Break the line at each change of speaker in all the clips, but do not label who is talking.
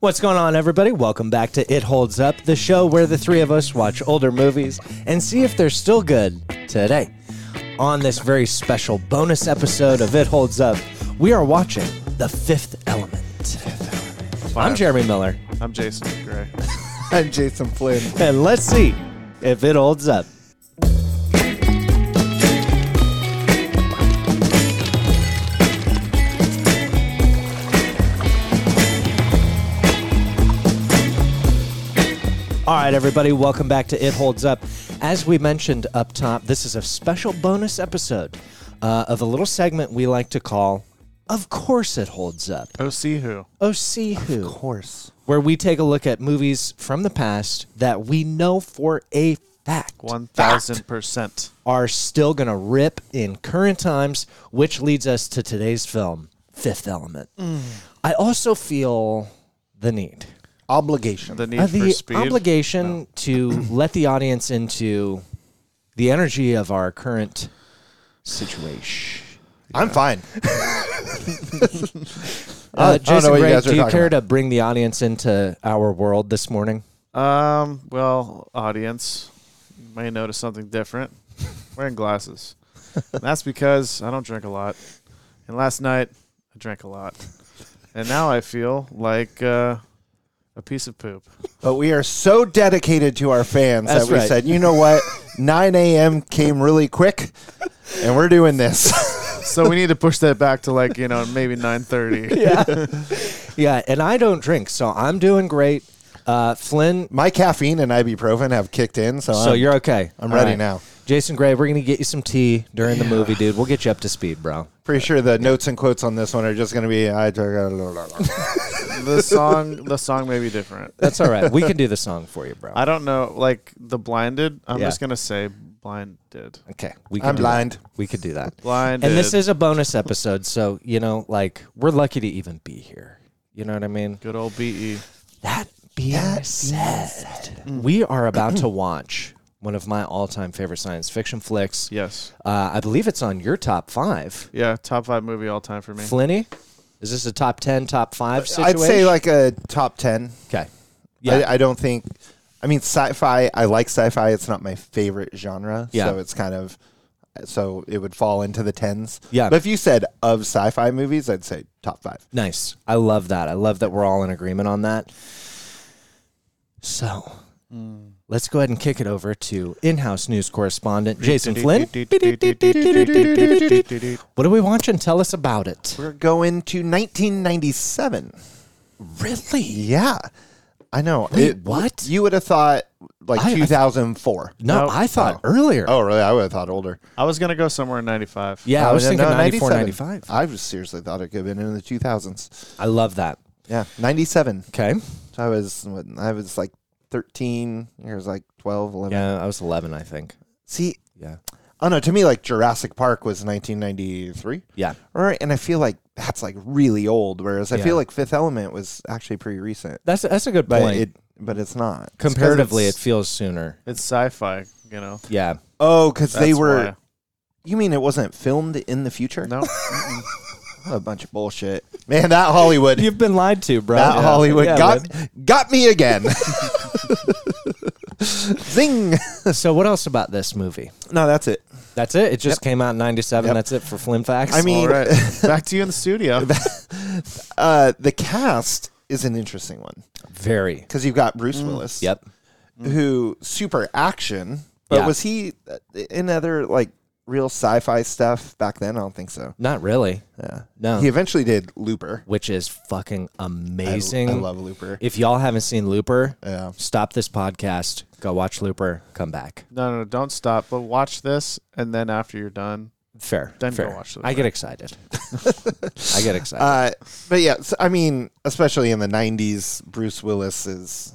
What's going on, everybody? Welcome back to It Holds Up, the show where the three of us watch older movies and see if they're still good today. On this very special bonus episode of It Holds Up, we are watching The Fifth Element. I'm Jeremy Miller,
I'm Jason Gray.
I'm Jason Flynn.
and let's see if it holds up. All right, everybody, welcome back to It Holds Up. As we mentioned up top, this is a special bonus episode uh, of a little segment we like to call Of Course It Holds Up.
Oh, see who?
Oh, see who?
Of course.
where we take a look at movies from the past that we know for a fact
One thousand percent.
are still going to rip in current times, which leads us to today's film, Fifth Element.
Mm.
I also feel the need,
Obligation.
The need
uh,
for
the
speed.
obligation to let the audience into the energy of our current situation.
I'm fine. I
Uh,
don't know
Jason
what you
Gray,
guys are
do you
talking
care to bring the audience into our world this morning?
um. Well, audience, you may notice something different. Wearing glasses. And that's because I don't drink a lot. And last night I drank a lot, and now I feel like uh, a piece of poop.
But we are so dedicated to our fans
That's
that we
right.
said, you know what? 9 a.m. came really quick, and we're doing this.
So we need to push that back to like you know maybe nine thirty.
yeah. yeah, and I don't drink, so I'm doing great. Uh, Flynn,
My caffeine and ibuprofen have kicked in, so,
so
I'm,
you're okay.
I'm
All
ready now.
Jason Gray, we're gonna get you some tea during the movie, dude. We'll get you up to speed, bro.
pretty sure the notes and quotes on this one are just going to be. I
The song, the song may be different.
That's all right. we can do the song for you, bro.
I don't know. Like the blinded. I'm
Yeah.
just gonna say blinded.
Okay, we can
I'm
do that.
blind.
We could do that.
Blinded.
And this is a bonus episode, so you know, like we're lucky to even be here. You know what I mean?
Good old E. BE.
That being said, we are about to watch one of my all-time favorite science fiction flicks.
Yes.
Uh, I believe it's on your top five.
Yeah, top five movie all time for me.
Flinny? Is this a top 10, top 5 situation?
I'd say like a top 10.
Okay. Yeah.
I, I don't think. I mean, sci-fi. I like sci-fi. It's not my favorite genre,
Yeah.
so it's kind of so it would fall into the tens.
Yeah.
But if you said of sci-fi movies, I'd say top five.
nice. I love that. I love that we're all in agreement on that. So
Hmm.
let's go ahead and kick it over to in house news correspondent Jason Flynn. What are we watching? Tell us about it.
We're going to 1997.
Really?
Yeah, I know.
Wait, what?
You would have thought like
I- I-
2004.
No,
No.
I thought earlier.
Oh, really? I would have thought older.
I was gonna go somewhere in '95.
Yeah, I
Oh,
was
no,
thinking
no,
94,
97.
95.
I was seriously thought it could have been in the 2000s.
I love that.
Yeah, 97.
Okay.
So I was what, I was like 13. I was like 12, 11.
Yeah, I was 11, I think.
See,
Yeah.
I don't know. To me, like Jurassic Park was 1993.
Yeah.
All right, and I feel like that's like really old. Whereas I
Yeah.
feel like Fifth Element was actually pretty recent,
That's, that's a good
but
point.
it but it's not It's 'cause
Comparatively, it
it's-
feels sooner.
it's sci-fi. You know,
Yeah.
oh, because they
That's
were.
why.
You mean it wasn't filmed in the future?
no.
What a bunch of bullshit, man. That Hollywood,
You've been lied to, bro.
that
Yeah.
Hollywood
Yeah,
got got me again. Zing.
man. So, what else about this movie?
No, that's it.
That's it. It just came out in '97.
Yep.
That's it for Flim Facts.
I mean,
All right, back to you in the studio.
uh, the cast is an interesting one
very.
because you've got Bruce Willis.
Mm. Yep.
Mm.
who super action, but
Yeah.
was he uh, in other like real sci-fi stuff back then? I don't think so.
Not really.
Yeah,
No.
He eventually did Looper.
Which is fucking
I-
amazing.
I, love Looper.
If y'all haven't seen Looper,
Yeah.
stop this podcast. Go watch Looper. Come back.
No, no, don't stop. But watch this, and then after you're done,
Fair.
Then go
fair.
watch
I
Looper.
get excited. I get excited.
Uh, but yeah, so, I mean, especially in the '90s, Bruce Willis is.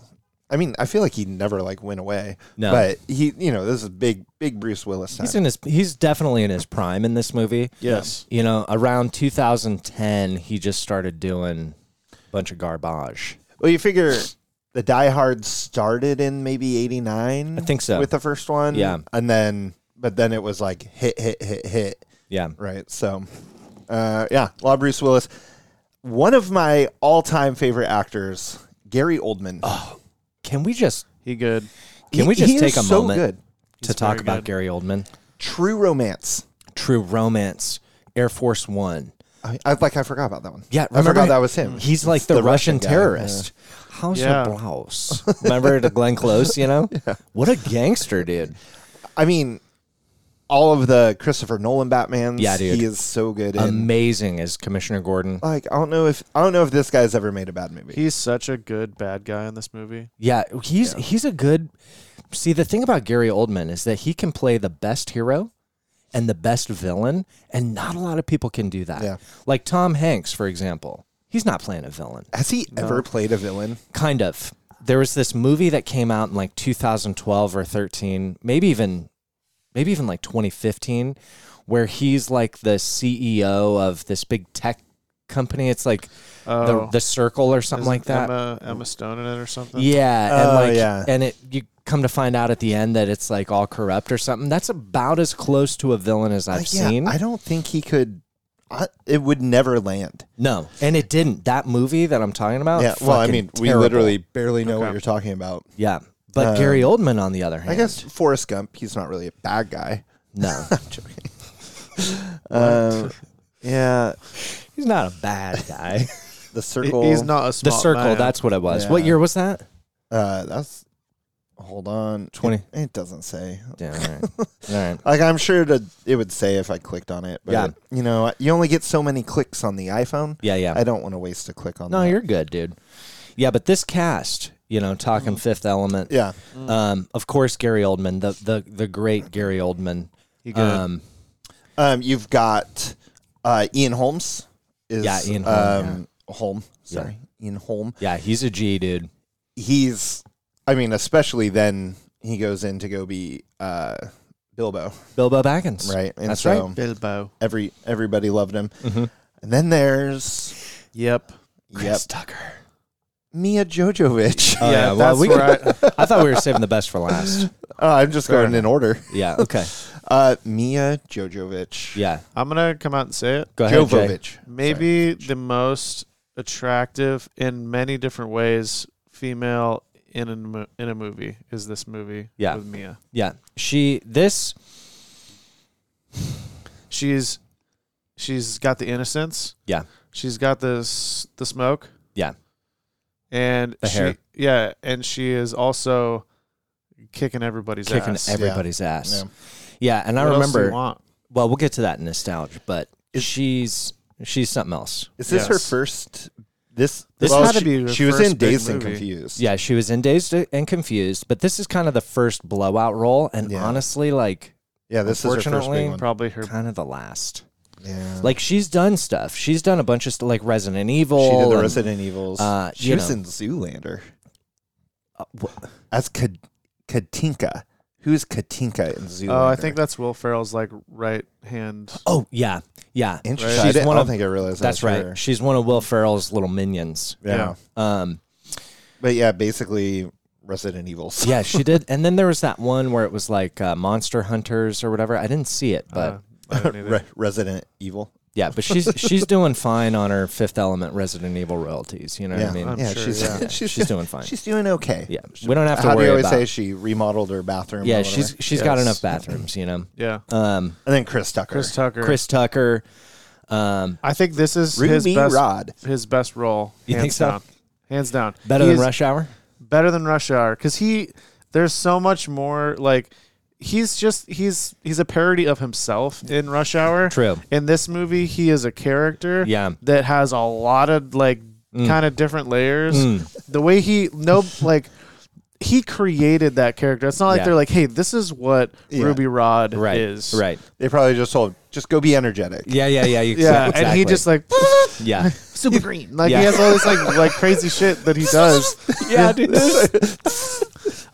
I mean, I feel like he never like went away.
No.
but he, you know, this is big, big Bruce Willis time.
he's in his. He's definitely in his prime in this movie.
yes,
You know, around 2010, he just started doing a bunch of garbage.
well, you figure the Die Hard started in maybe '89.
I think so.
with the first one.
Yeah.
and then but then it was like hit, hit, hit, hit.
Yeah.
right? So, uh, yeah, law Bruce Willis, one of my all-time favorite actors Gary Oldman.
Can we just
He good.
Oh, can
He-
we just
he
take
is
a
so
moment
good.
to talk
very
about
good.
Gary Oldman?
True Romance.
True Romance, Air Force One.
I, I like. I forgot about that one.
Yeah,
I
remember
forgot that was him.
He's like the,
the
Russian,
Russian guy,
terrorist. How's
Mm-hmm. Yeah.
your blouse? Remember the Glenn Close, you know? What a gangster, dude.
I mean, all of the Christopher Nolan Batmans.
Yeah, dude.
He is so good. in. Uh,
Amazing as Commissioner Gordon.
like, I don't know if I don't know if this guy's ever made a bad movie.
He's such a good bad guy in this movie.
Yeah, he's he's a good See, the thing about Gary Oldman is that he can play the best hero and the best villain, and not a lot of people can do that.
Yeah.
Like Tom Hanks, for example. He's not playing a villain.
Has he ever played a villain?
kind of. There was this movie that came out in like 2012 or 13, maybe even maybe even like 2015, where he's like the CEO of this big tech company. It's like
Oh,
the the Circle or something
isn't
like that.
Emma, Emma Stone in it or something.
yeah, and
Oh,
like
yeah.
and it you come to find out at the end that it's like all corrupt or something. That's about as close to a villain as I've
Uh, yeah,
seen.
I don't think he could. I, it would never land.
no, and it didn't. That movie that I'm talking about.
yeah. Well, I
Oh, fucking
mean, we
terrible.
literally barely know what
Okay.
you're talking about.
yeah. But
Um,
Gary Oldman, on the other hand,
I guess Forrest Gump. He's not really a bad guy.
no,
I'm joking. Um, yeah,
he's not a bad guy.
He-
the circle.
He's not a
The
smart
Circle,
man.
that's what it was. What
Yeah.
year was that?
Uh, that's. Hold on.
20.
It, it doesn't say.
Damn, all right. all right.
Like I'm sure that it would say if I clicked on it, but
Yeah.
you know, you only get so many clicks on the iPhone.
Yeah, yeah.
I don't want to waste a click on
no,
that.
you're good, dude. Yeah, but this cast, you know, talking
Mm-hmm.
Fifth Element.
yeah.
Um, of course, Gary Oldman, the the the great Gary Oldman.
He good.
Um,
Um, you've got uh, Ian Holmes is
Yeah, Ian Holm,
um, Holm,
Yeah.
sorry, Ian Holm.
yeah, he's a G dude.
He's, I mean, especially then he goes in to go be uh, Bilbo,
Bilbo Baggins.
right? And
That's
so
right.
Bilbo.
every everybody loved him.
Mm-hmm.
And then there's
Yep.
Chris
yep,
Tucker.
Mia Jojovic.
Oh, yeah,
yeah,
well,
that's
we
where I,
I thought we were saving the best for last.
Oh, I'm just
Fair
going in order.
Yeah. Okay.
Uh, Mia Jojovic.
Yeah.
I'm gonna come out and say it.
Go ahead. Jay.
Jovovich.
Maybe the most attractive in many different ways female in a mo- in a movie is this movie.
Yeah.
with Mia.
Yeah. She. This.
She's she's got the innocence.
Yeah.
She's got this the smoke.
Yeah.
and
The
she,
hair.
Yeah, and she is also kicking everybody's
Kicking
ass.
everybody's ass.
Yeah.
Yeah. and I
What else do you
remember.
want?
well, we'll get to that in nostalgia, but she's she's something else.
Is this her
Yes.
first? This
This
well,
had to
she,
be her
She was
first
in
big
Dazed and
movie.
Confused.
Yeah, she was in Dazed and Confused, but this is kind of the first blowout role, and
Yeah.
honestly, like
yeah. This is her first
Unfortunately,
big one.
Probably her.
kind of the last.
Yeah.
Like she's done stuff. She's done a bunch of stuff, like Resident Evil.
she did the
and-
Resident Evils.
uh,
she
you
was
know.
in Zoolander
uh, wh-
as Kat- Katinka. Who's Katinka in Zoolander?
Oh, I think that's Will Ferrell's like right hand.
oh yeah, yeah.
Interesting.
She's
I, didn't-
one
I
of-
don't think I realized that
That's
was
right.
her.
She's one of Will Ferrell's little minions.
Yeah.
Yeah.
Um,
But yeah, basically Resident Evils.
yeah, she did. And then there was that one where it was like uh, Monster Hunters or whatever. I didn't see it, but
Uh, I don't either.
Re- Resident Evil.
Yeah, but she's she's doing fine on her Fifth Element Resident Evil royalties. You know
yeah.
what I mean?
I'm
yeah,
sure,
she's,
yeah.
Yeah,
she's
she's doing fine.
She's doing okay.
yeah, we don't have to
How do
worry
you always
about.
say she remodeled her bathroom?
yeah,
or whatever?
she's she's got
Yes.
enough bathrooms. You know,
yeah,
um,
and then Chris Tucker.
Chris Tucker.
Chris Tucker. Um,
I think this is his
Ruby
best
Rod.
his best role.
You
hands
think so?
down. Hands down.
better
He
than
is
Rush Hour.
Better than Rush Hour because he there's so much more like. He's just he's he's a parody of himself in Rush Hour.
True.
In this movie, he is a character
Yeah. Mm.
that has a lot of like kind of different layers. The way he no like he created that character. It's not like
Yeah.
they're like, hey, this is what
Yeah.
Ruby Rod
Right.
is.
Right.
They probably just told him, just go be energetic.
Yeah. Yeah. Yeah. exa-
Yeah,
Exactly.
and he just like
Yeah.
super green. Like
Yeah.
he has all this like like crazy shit that he does.
yeah, dude.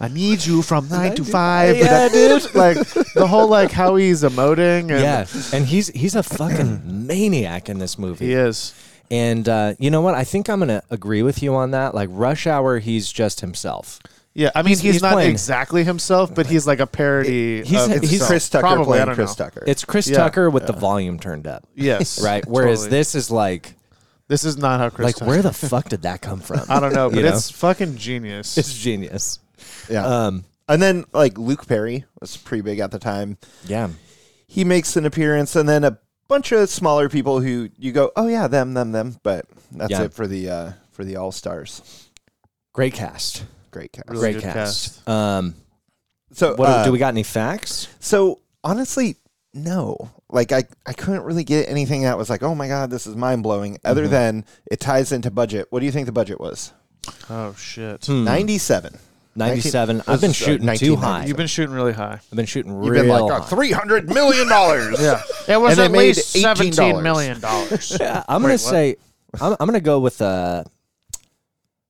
I need you from nine to five.
Yeah,
dude. Like the whole like how he's emoting. And
yeah, and he's he's a fucking maniac in this movie.
he is.
And uh, you know what? I think I'm gonna agree with you on that. Like Rush Hour, he's just himself.
Yeah, I mean he's,
he's
not
playing-
exactly himself, but he's like a parody.
He's-
of
it's
He's
himself.
Chris Tucker
Probably, I
playing
don't
Chris
know.
Tucker.
It's Chris
Yeah.
Tucker with the volume turned up.
Yes,
right? Whereas
totally.
this is like
This is not how Chris.
Like,
Tucker-
where the fuck did that come from?
I don't know, but
You know?
it's fucking genius.
It's genius.
Yeah.
Um,
and then like Luke Perry was pretty big at the time.
yeah.
He makes an appearance, and then a bunch of smaller people who you go, oh yeah, them, them, them. But that's
Yeah.
it for the uh, for the All Stars.
Great cast.
Great cast.
Really
Great
good
cast.
cast.
Um,
So
what
uh,
do we got? Any facts?
So honestly, no. Like I, I couldn't really get anything that was like, oh my god, this is mind blowing. Other than it ties into budget. What do you think the budget was?
oh shit!
Ninety seven.
97. I've been
this is, uh,
shooting too
1990s.
high.
You've been shooting really high.
I've been shooting
You've
real
been like
high.
uh,
oh, three hundred million dollars. yeah.
It was
And they
at
made
least
$18.
seventeen million dollars.
Yeah, I'm gonna say I'm, I'm gonna go with a I'm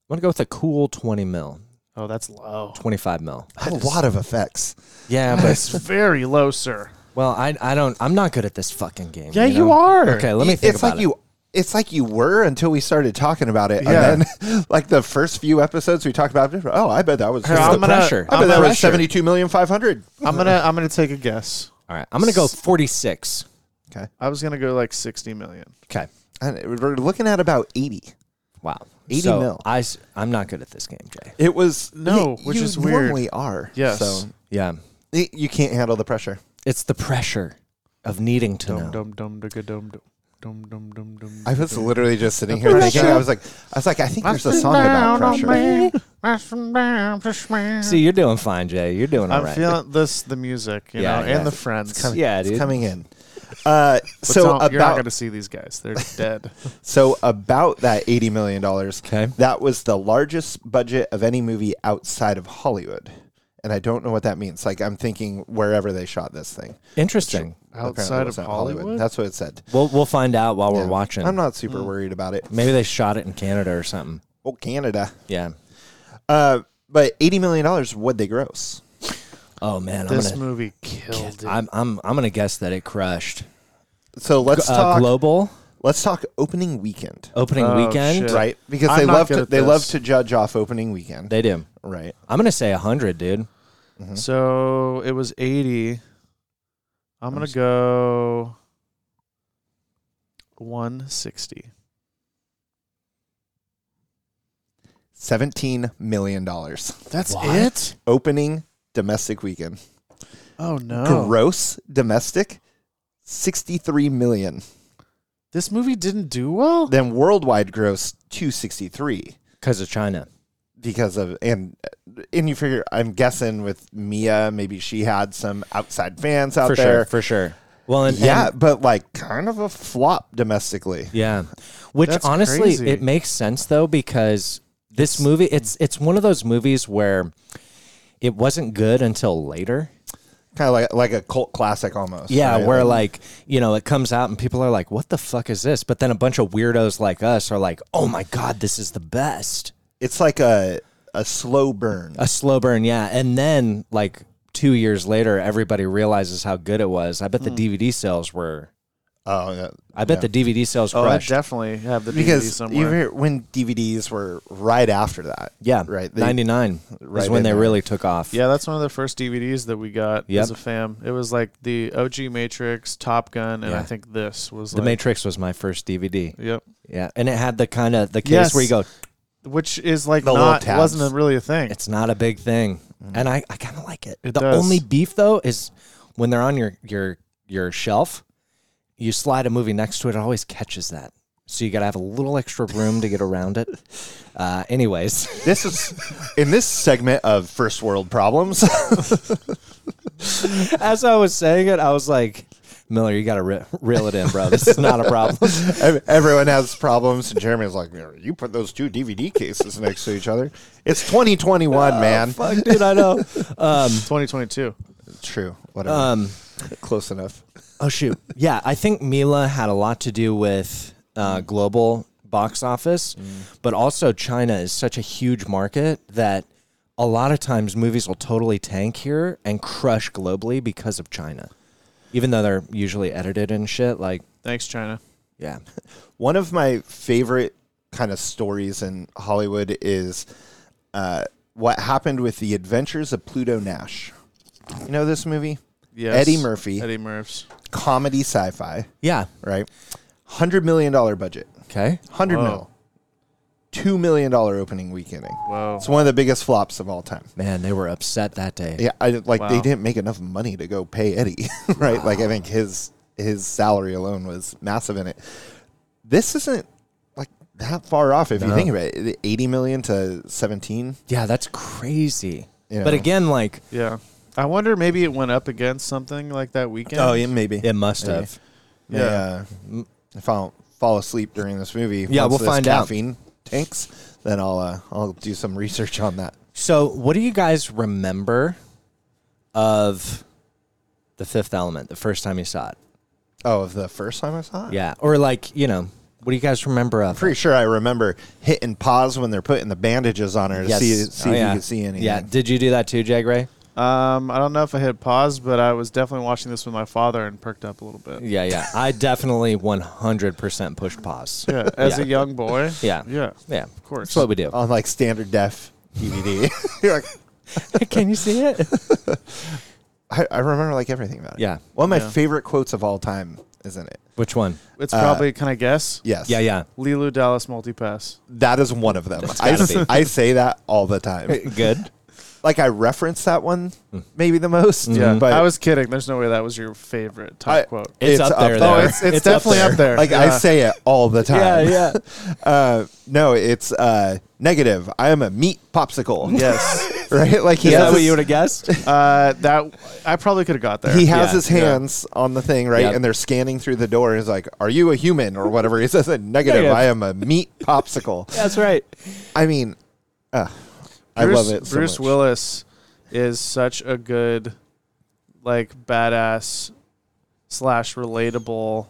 gonna go with a cool 20 mil,
oh, that's low.
25 mil.
A lot of effects.
Yeah, but
That's very low, sir.
well, I I don't I'm not good at this fucking game.
Yeah, you
know?
are.
Okay, let me think
it's
about
like
it.
you it's like you were until we started talking about it.
Yeah.
And then like the first few episodes we talked about it. Oh, I bet that was
Here, I'm
the
gonna-
pressure.
I
I'm
bet that
gonna-
was seventy two million five hundred.
I'm gonna I'm gonna take a guess.
All right, I'm gonna go 46.
I was gonna go like sixty million.
Okay,
And we're looking at about eighty.
wow,
80
So,
mil.
I am not good at this game, Jay.
It was
No,
y-
which
you
is weird.
Normally are
Yes.
So
Yeah,
y- you can't handle the pressure.
it's the pressure of needing to know.
Dum dum dum dum dum dum dum dum dum.
I was literally just sitting here thinking. I was like, I was like, I think there's a song about pressure.
pressure.
See, you're doing fine, Jay. You're doing all
I'm
right.
feeling this the music, you
Yeah,
know,
yeah.
and the friends.
yeah, dude.
It's coming in. Uh,
But
so
don't- you're not
about
gonna see these guys. They're dead.
so about that eighty million dollars.
Okay.
That was the largest budget of any movie outside of Hollywood, and I don't know what that means. Like I'm thinking wherever they shot this thing
Interesting.
Apparently
Outside
it
of
wasn't
Hollywood. Hmm.
That's what it said.
We'll we'll find out while we're
Yeah.
watching.
I'm not super worried about it.
Maybe they shot it in Canada or something.
Oh, Canada.
Yeah.
Uh, but eighty million dollars. What they gross?
Oh man, I'm
This
gonna
movie killed it.
I'm I'm I'm gonna guess that it crushed.
So let's
Uh,
talk.
global
let's talk opening weekend,
opening
Oh,
weekend.
shit. Yeah.
right? Because
I'm
they
not
love
good
to
at
they love
this.
to judge off opening weekend,
They do.
right? Mm-hmm.
I'm gonna say hundred, dude.
Mm-hmm. So it was 80. I'm going to go 160.
Seventeen million dollars
That's
What?
it?
opening domestic weekend.
Oh, no.
Gross domestic, sixty three million.
This movie didn't do well?
Then worldwide gross two sixty three
Because of China.
because of and and you figure I'm guessing with Mia maybe she had some outside fans out
for
there.
sure. For sure. Well, and
Yeah,
and-
but like kind of a flop domestically.
yeah. Which
That's
honestly,
crazy.
it makes sense though because this movie, it's it's one of those movies where it wasn't good until later.
Kind of like like a cult classic almost.
Yeah,
right?
where like you know it comes out and people are like, "What the fuck is this?" But then a bunch of weirdos like us are like, "Oh my god, this is the best."
it's like a a slow burn.
A slow burn, yeah. And then like two years later, everybody realizes how good it was. I bet the DVD sales were.
Oh, yeah.
I bet the DVD sales
oh, I
crushed.
definitely have the DVD
because you
somewhere.
hear when DVDs were right after that.
yeah,
right. They-
Ninety nine
right
is when
in
they
there.
really took off.
yeah, that's one of the first DVDs that we got
Yep.
as a fam. It was like the OG Matrix, Top Gun, and
Yeah.
I think this was
The
like
Matrix was my first DVD.
Yep.
Yeah, and it had the kind of the case
Yes.
where you go,
Which is like
The little
not
tabs.
wasn't really a thing.
it's not a big thing, and I, I kind of like it.
Mm-hmm. It
the
does.
only beef though is when they're on your your your shelf, you slide a movie next to it. It always catches that, so you got to have a little extra room to get around it. Uh, anyways.
This is in this segment of first world problems.
As I was saying it, I was like, Miller, you got to re- reel it in, bro. This is not a problem.
Ev- Everyone has problems, and Jeremy's like, "You put those two DVD cases next to each other. It's 2021, man.
Oh, Fuck, dude, I know. Um,
2022.
True. Whatever.
um,
Close enough.
oh, shoot. Yeah, I think Mila had a lot to do with uh, global box office,
Mm.
but also China is such a huge market that a lot of times movies will totally tank here and crush globally because of China, even though they're usually edited and shit. Like,
Thanks, China.
yeah.
One of my favorite kind of stories in Hollywood is uh, what happened with the Adventures of Pluto Nash. You know this movie?
Yes.
Eddie Murphy,
Eddie Murph's.
comedy sci-fi,
Yeah.
right? Hundred million dollar budget.
Okay.
100
Whoa.
mil. $2 million opening weekending.
Whoa.
It's one of the biggest flops of all time.
Man, they were upset that day.
Yeah, I didn't- like they
Wow.
didn't make enough money to go pay Eddie, right? Like I think his his salary alone was massive in it. This isn't like that far off if you
No.
think about it. 80 million to 17.
Yeah, that's crazy.
Yeah.
But again, like
Yeah. I wonder maybe it went up against something like that weekend.
Oh, yeah, maybe.
it must
Maybe.
have.
Yeah. If I don't fall asleep during this movie,
Yeah,
once
we'll
this
find out.
caffeine tanks, then I'll uh, I'll do some research on that.
So, what do you guys remember of The Fifth Element the first time you saw it?
Oh, of the first time I saw it?
Yeah, or like, you know, what do you guys remember of? it?
Uh, Pretty sure I remember hitting pause when they're putting the bandages on her to see see
Oh,
if
yeah.
you could see anything.
Yeah, did you do that too, Jag Ray?
Um, I don't know if I hit pause, but I was definitely watching this with my father and perked up a little bit.
Yeah, yeah. I definitely 100% pushed pause.
Yeah. As
Yeah.
a young boy.
Yeah.
Yeah.
Yeah,
Of course.
that's what we do.
on like standard def DVD. You're like,
Can you see it?
I, I remember like everything about it.
Yeah.
One of my
Yeah.
favorite quotes of all time, isn't it?
Which one?
It's
Uh,
probably, can I guess?
Yes.
Yeah, yeah.
Lilu Dallas multipass.
That is one of them. I,
gotta
s-
be.
I say that all the time.
Good.
like I reference that one maybe the most.
Yeah.
But
I was kidding. There's no way that was your favorite top
I-
quote.
It's, up there.
Oh,
there.
it's, it's, definitely up there.
Like I
Yeah.
say it all the time.
Yeah, yeah.
Uh, no, it's uh, negative. I am a meat popsicle.
Yes.
right? Like he
Is that
has
what
his-
you would have guessed?
uh, that I probably could have got there.
he has
Yeah,
his
yeah.
hands on the thing, right?
Yep.
And they're scanning through the door. And he's like, "Are you a human or whatever?" He says, "Negative.
Negative.
negative. I am a meat popsicle."
That's right.
I mean, uh, I
Bruce,
love it. so
Bruce
much.
Willis is such a good, like badass slash relatable,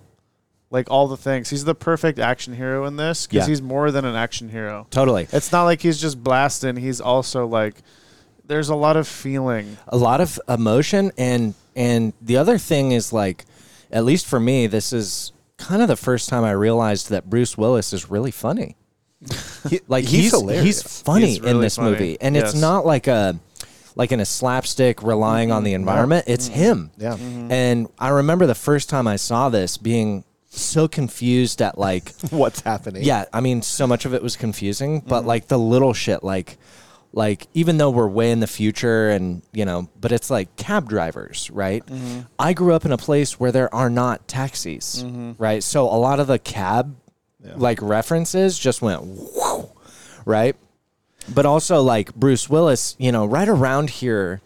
like all the things. He's the perfect action hero in this because
Yeah.
he's more than an action hero.
Totally.
It's not like he's just blasting. He's also like, there's a lot of feeling.
a lot of emotion and and the other thing is like at least for me this is kind of the first time i realized that bruce willis is really funny
He-
like he's he's,
hilarious.
funny
He's
in
really
this
funny.
movie and it's
Yes.
not like a like in a slapstick relying on the environment it's him
Yeah.
and i remember the first time i saw this being so confused at like
What's happening?
yeah, I mean, so much of it was confusing, but like the little shit, like, like even though we're way in the future, and you know, but it's like cab drivers, right? I grew up in a place where there are not taxis, right? So a lot of the cab like references just went, whoo, right? But also like Bruce Willis, you know, right around here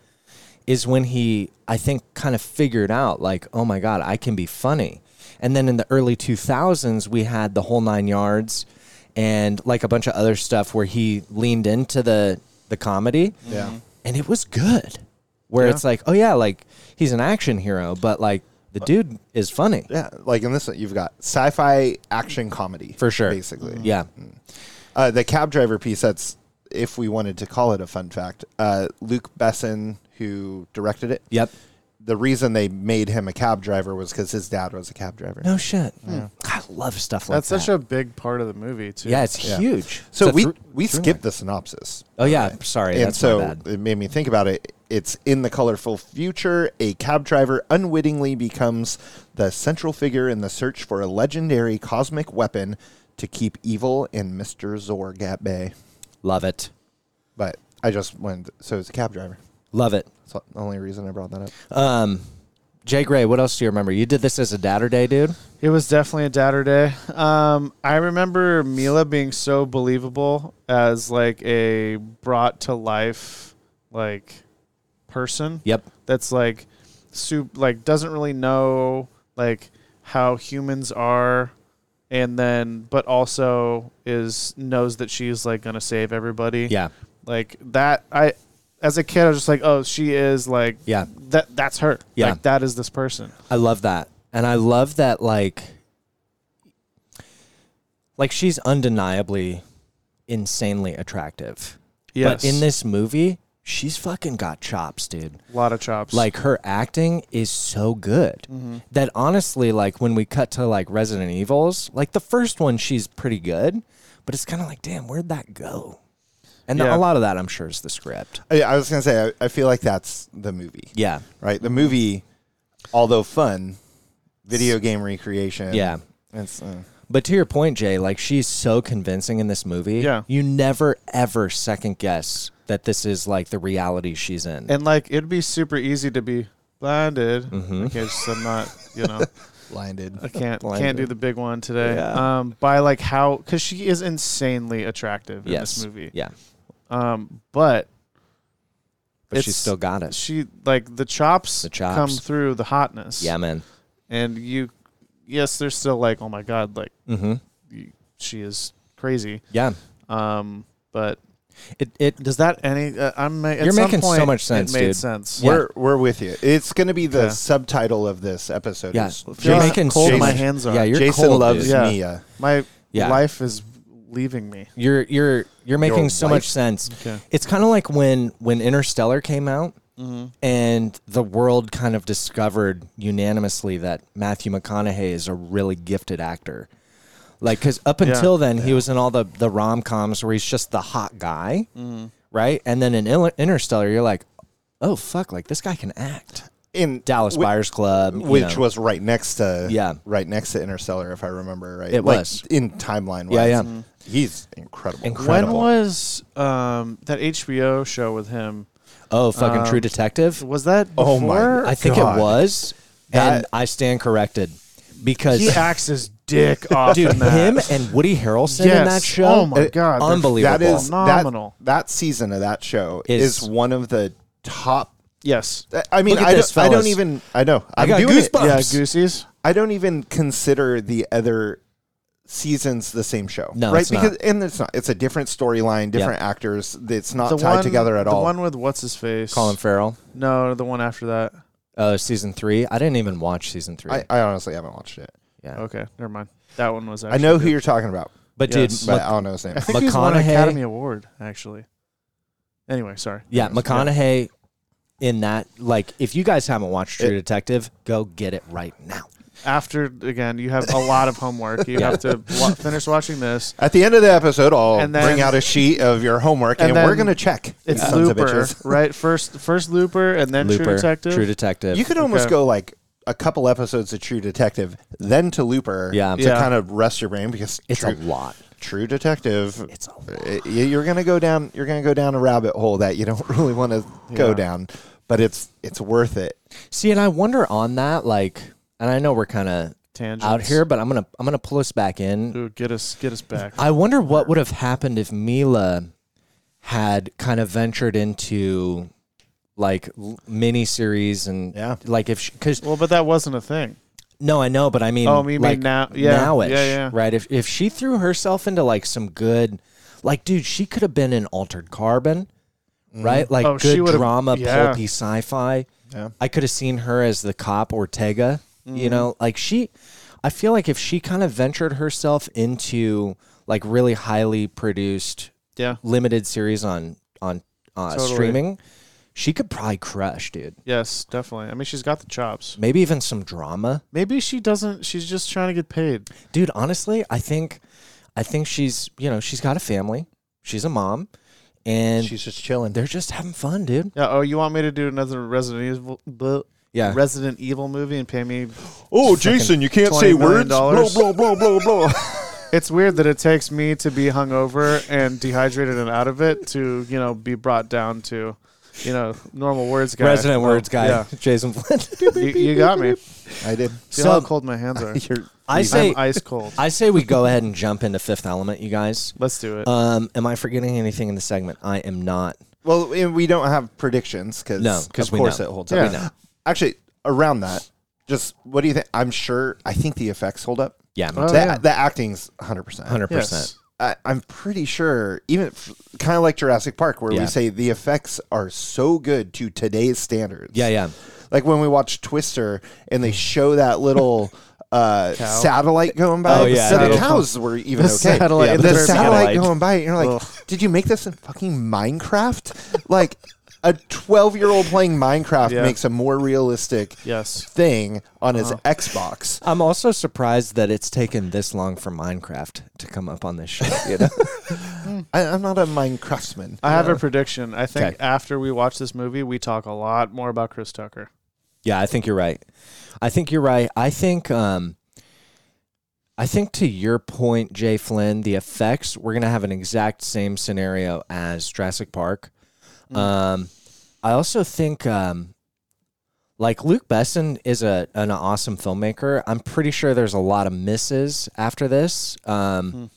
is when he I think kind of figured out like, oh my god, I can be funny. And then in the early 2000s we had the whole 9 yards and like a bunch of other stuff where he leaned into the the comedy.
Yeah.
And it was good. Where
Yeah.
it's like, oh yeah, like he's an action hero, but like the dude is funny.
Yeah, like in this one, you've got sci-fi action comedy
For sure. Mm-hmm.
Basically,
Yeah.
Uh, the cab driver piece. That's if we wanted to call it a fun fact. Uh, Luke Besson, who directed it,
Yep.
the reason they made him a cab driver was because his dad was a cab driver.
No shit. I love stuff like
That's
that.
such a big part of the movie too.
Yeah, it's
Yeah.
huge.
So
It's a
we
thr-
we
through
skipped
line.
the synopsis,
Oh yeah, sorry.
and
that's
so
my bad.
it made me think about it. It's in the colorful future. A cab driver unwittingly becomes the central figure in the search for a legendary cosmic weapon to keep evil and Mister Zorg at bay.
Love it.
But I just went. So it's a cab driver.
Love it.
That's the only reason I brought that up.
Um, Jay Gray, what else do you remember? You did this as a datter day, dude.
It was definitely a doubter day. Um, I remember Mila being so believable as like a brought to life like person
Yep.
that's like soup like doesn't really know like how humans are and then but also is knows that she's like gonna save everybody.
Yeah.
Like that I as a kid I was just like, oh she is like
Yeah.
that that's her.
Yeah.
Like that is this person.
I love that, and I love that like, like she's undeniably insanely attractive.
Yes.
But in this movie, she's fucking got chops, dude.
a lot of chops.
Like her acting is so good
Mm-hmm.
that honestly, like when we cut to like Resident Evils, like the first one, she's pretty good, but it's kind of like, damn, where'd that go? And
Yeah.
a lot of that, I'm sure, is the script.
I, I was gonna say I, I feel like that's the movie,
Yeah.
right? The movie, although fun, video game recreation.
Yeah.
It's, uh,
But to your point, Jay, like she's so convincing in this movie.
Yeah.
You never ever second guess that this is like the reality she's in.
And like it'd be super easy to be blinded.
Mm-hmm.
I guess I'm not, you know,
Blinded.
I can't can't do
Blinded.
the big one today.
Yeah.
Um, by like how because she is insanely attractive in
yes.
this movie.
Yeah.
Um, but
But she's
It's-
still got it.
she like the chops,
The chops.
come through the hotness.
Yeah, man.
and you, yes, they're still like, oh my god, like
Mm-hmm.
you, she is crazy.
Yeah.
Um, but
It it
does that any? Uh, I'm at
You're
some
making so
point,
much sense,
It made
dude.
sense.
Yeah.
We're we're with you. It's going to be the
Yeah.
subtitle of this episode.
yeah.
is
You're
Jason-
making
cold
so
my
much-
hands are.
Yeah, you're
Jason
cold,
loves
dude.
Yeah.
Mia.
My
Yeah.
life is leaving me.
You're you're you're making
Your
so
wife.
much sense.
Okay.
It's kind of like when when Interstellar came out,
Mm-hmm.
and the world kind of discovered unanimously that Matthew McConaughey is a really gifted actor. Like, because up
Yeah.
until then, he was in all the the rom coms where he's just the hot guy,
Mm-hmm.
right? And then in Ill- Interstellar, you're like, oh fuck, like this guy can act.
In
Dallas
Wi-
Buyers Club, you
which
know.
was right next to
Yeah.
right next to Interstellar, if I remember right.
It was.
in timeline.
Yeah,
wise.
yeah.
He's incredible.
Incredible.
Mm-hmm. When was um, that HBO show with him?
oh fucking
um,
True Detective.
Was that before?
Oh my-
I think
God.
it was, and
That-
I stand corrected because
He acts his dick off
Dude,
in that.
him and Woody Harrelson in
Yes.
that show.
Oh my
uh,
God, they're
unbelievable!
That is
Phenomenal.
That, that season of that show
Is-
is, one of the top.
yes.
I mean,
Look at
I,
this,
don't, I
fellas.
don't even. I know. I'm
got
doing it.
goosebumps.
Yeah,
Bumps.
Uh, Goosey's.
I don't even consider the other seasons the same show.
No,
right?
it's not.
because and it's not. It's a different storyline, different actors. It's not
The
Uh, tied
one-
together at
the
all.
one with what's his face?
Colin Farrell,
No, the one after that.
uh, season three. I didn't even watch season three.
I, I honestly haven't watched it.
yeah,
Okay, never mind. That one was.
I
Actually
know who
good.
you're talking about,
but
Yes.
dude,
but
Mc-
I don't know his name.
I think he's won an
McConaughey-
Academy Award actually. Anyway, sorry.
yeah, McConaughey in that. Like, if you guys haven't watched True
It-
Detective, go get it right now.
After again, you have a lot of homework. You have to wa- finish watching this.
At the end of the episode, I'll
And then-
bring out a sheet of your homework,
and
and, we're
then
gonna check.
It's
you sons of
Looper,
bitches.
right? First, first Looper, and then
Looper,
True Detective.
True Detective.
You could almost
Okay.
go like a couple episodes of True Detective, then to Looper,
Yeah.
to
Yeah.
kind of rest your brain because
it's
True,
a lot.
True Detective, Uh,
It's a lot.
y- you're gonna go down you're gonna go down a rabbit hole that you don't really want to go
Yeah.
down, but it's it's worth it.
See, and I wonder on that, like, and I know we're kind of
Tangents.
out here, but I'm gonna I'm gonna pull us back in
Ooh, get us, get us back.
I wonder what would have happened if Mila had kind of ventured into like l- miniseries and
Yeah.
like if because
well, but that wasn't a thing.
no, I know, but I mean,
Oh, you mean
like,
now- yeah,
nowish,
yeah, yeah.
right? If if she threw herself into like some good, like dude, she could have been in Altered Carbon, right? Like
Oh, she
good
would've-
drama,
yeah.
pulpy sci-fi.
Yeah.
I could have seen her as the cop Ortega.
Mm-hmm.
You know, like she, I feel like if she kind of ventured herself into like really highly produced
Yeah.
limited series on on uh,
Totally.
streaming, she could probably crush, dude.
Yes, definitely. I mean, she's got the chops.
Maybe even some drama.
Maybe she doesn't. She's just trying to get paid.
dude honestly i think i think she's you know she's got a family she's a mom and
She's just chilling.
they're just having fun dude
Yeah. Oh, you want me to do another Resident Evil? Blah,
Yeah.
Resident Evil movie and pay me.
Oh,
Jason,
you can't
say $20 million words.
Blah blah blah blah blah.
It's weird that it takes me to be hungover and dehydrated and out of it to you know be brought down to, you know, normal words guy. Oh,
resident words guy
Yeah.
jason flint
You, you got me.
I did.
Feel how
So-
cold my hands are.
You're-
i say
I'm ice cold.
i say we go ahead and jump into fifth element you guys
Let's do it.
um am i forgetting anything in the segment i am not
well, and we don't have predictions because
No, 'cause
of
we
course
know.
it holds
Yeah.
up.
We know.
Actually, around that, just what do you think? I'm sure. I think the effects hold up.
yeah i'm
Oh,
the,
yeah.
the acting's 100. percent
100%
yes.
I, I'm pretty sure, even kind of like Jurassic Park, where
Yeah.
we say the effects are so good to today's standards.
yeah yeah
Like when we watch Twister and they show that little uh,
Cow.
satellite going by.
Oh,
the
yeah,
sa-
dude.
the cows were even
The
okay.
satellite
Yeah,
at the
the
very
satellite
beginning.
going by, and you're like,
Ugh.
did you make this in fucking Minecraft? like a 12 year old playing Minecraft
Yeah. Uh-huh.
makes a more realistic
Yes.
thing on his Xbox.
i'm also surprised that it's taken this long for minecraft to come up on this show you know
I, I'm not a Minecraftman.
I have a prediction. I think
Okay.
after we watch this movie, we talk a lot more about Chris Tucker.
Yeah, I think you're right. I think you're right. I think um I think to your point, Jay Flynn, the effects, we're going to have an exact same scenario as Jurassic Park. Um, I also think, um, like, Luke Besson is a, an awesome filmmaker. I'm pretty sure there's a lot of misses after this um,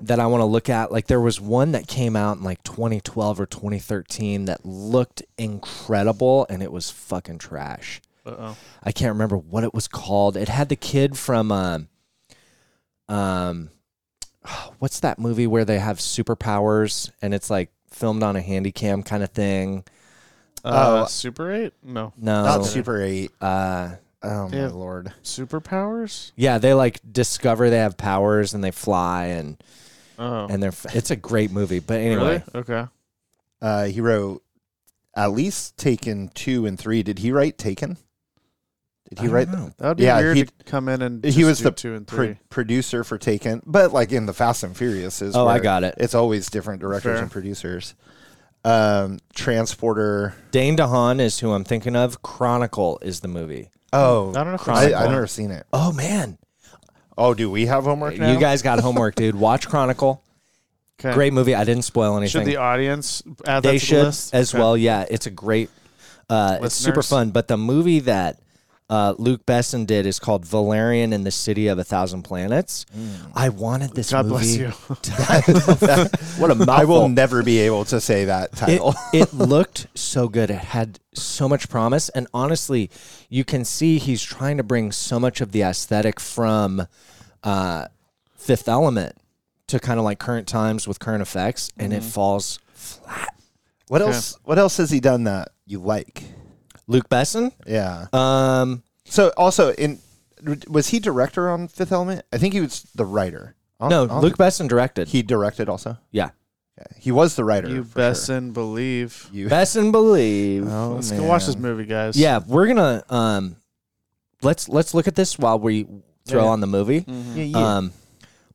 that I want to look at. Like, there was one that came out in like 2012 or 2013 that looked incredible and it was fucking trash.
Uh oh.
I can't remember what it was called. It had the kid from um, um what's that movie where they have superpowers and it's like filmed on a handy cam kind of thing.
Uh,
Oh.
Super Eight? No.
No.
Not Super 8.
uh
Oh, my
Oh. Yeah.
Lord.
Superpowers?
yeah, they like discover they have powers and they fly and
Oh.
and they're f- it's a great movie. But anyway,
Really? Okay.
Uh, he wrote at least Taken 2 and 3. Did he write Taken? Did
I
he
don't
write
know.
That would be
Yeah,
weird
he-
to come in and
he
just
was
do
the
two and three.
Pro- producer for Taken, but like in the Fast and Furious is
Oh, I
where
got it.
It's always different directors
Fair.
and producers. Um, Transporter.
Dane DeHaan is who I'm thinking of. Chronicle is the movie.
Oh,
I don't know if
I,
it's
I've
one.
never seen it.
Oh man,
Oh, do we have homework now?
you guys got homework, dude. Watch Chronicle.
Okay.
Great movie. I didn't spoil anything.
Should the audience add that
they
to
should
the list?
as
Okay.
well. Yeah, it's a great, uh, it's super
Listeners.
fun. But the movie that uh, Luke Besson did is called Valerian and the City of a Thousand Planets. I wanted this
Mm. God bless
movie.
you.
what a mouthful!
I will never be able to say that
it,
title.
it looked so good. It had so much promise. And honestly, you can see he's trying to bring so much of the aesthetic from uh, Fifth Element to kind of like current times with current effects, and
Mm-hmm.
it falls flat.
what else? What else has he done that you like?
Luke Besson?
Yeah.
Um,
So also in was he director on Fifth Element? I think he was the writer. I'll-
no,
I'll-
Luke Besson directed.
He directed also.
yeah.
Okay. He was the writer.
You
for sure.
best and believe.
You.
Besson believe.
Oh,
Let's go watch this
man.
movie, guys.
Yeah, we're gonna um let's let's look at this while we throw
Yeah.
on the movie.
Mm-hmm.
Yeah, yeah.
Um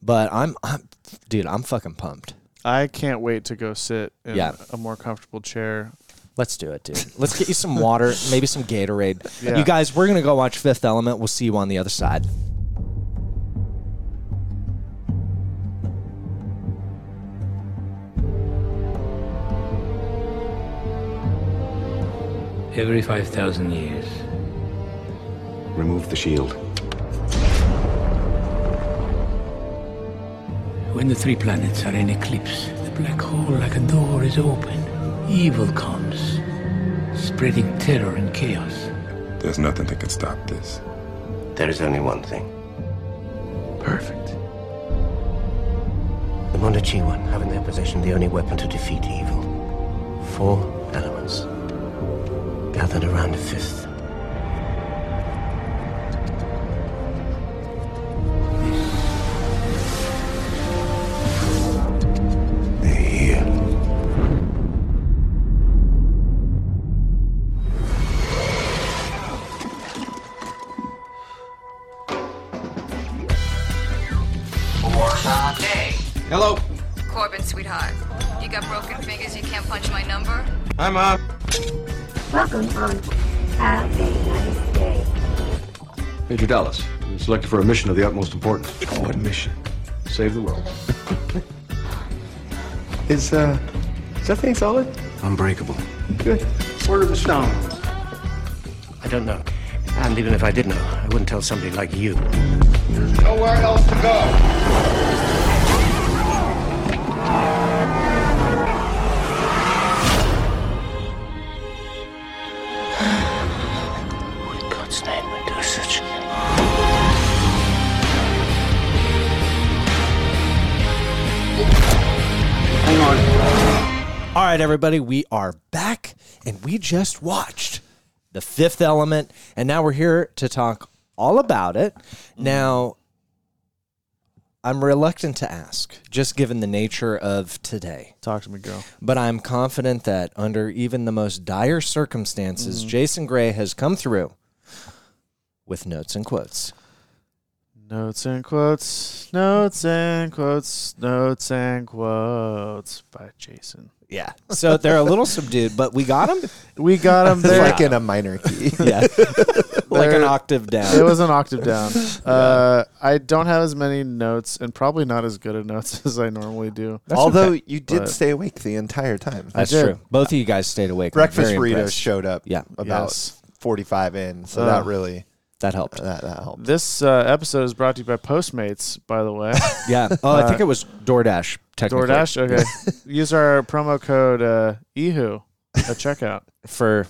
but I'm, I'm dude, I'm fucking pumped.
I can't wait to go sit in
Yeah.
a more comfortable chair.
Let's do it, dude. Let's get you some water, maybe some Gatorade.
Yeah.
You guys, we're gonna go watch Fifth Element. We'll see you on the other side.
Every 5,000 years,
Remove the shield.
when the three planets are in eclipse, the black hole like a door is open. Evil comes, spreading terror and chaos.
There's nothing that can stop this.
There is only one thing.
Perfect.
The Mondachiwan have in their possession the only weapon to defeat evil. Four elements gathered around a fifth. They're here.
Hey,
Hello.
Corbin, sweetheart. You got broken fingers, you can't punch my number?
I'm uh
Welcome on. uh, Have a nice day.
Major Dallas. You're selected for a mission of the utmost importance. What mission? Save the world.
Is, uh, is that thing solid? Unbreakable. Good. Word of the stone. I don't know. And even if I did know, I wouldn't tell somebody like you.
Nowhere else to go.
What in God's name would do such a thing?
All right, everybody, we are back and we just watched The Fifth Element, and now we're here to talk all about it. Now, I'm reluctant to ask, just given the nature of today,
Talk to me, girl.
but I'm confident that under even the most dire circumstances, Jason Gray has come through with notes and quotes.
Notes and quotes, notes and quotes, notes and quotes by Jason.
Yeah. So they're a little subdued, but we got him.
We got him
It's
there.
like in a minor key.
Yeah. like an
There-
octave down.
It was an octave down. Uh, I don't have as many notes, and probably not as good of notes as I normally do.
Although you did
but-
stay awake the entire time.
That's
did.
true. Both of you guys stayed awake. I'm
Breakfast
very
burritos
impressed.
showed up.
Yeah.
about
Yes.
forty-five in, so
Ugh.
that really
That
Uh,
helped.
that, that helped.
This uh, episode is brought to you by Postmates, by the way.
Yeah. Oh, I think it was DoorDash. Technically,
uh, DoorDash. Okay, use our promo code uh, EHU at checkout.
for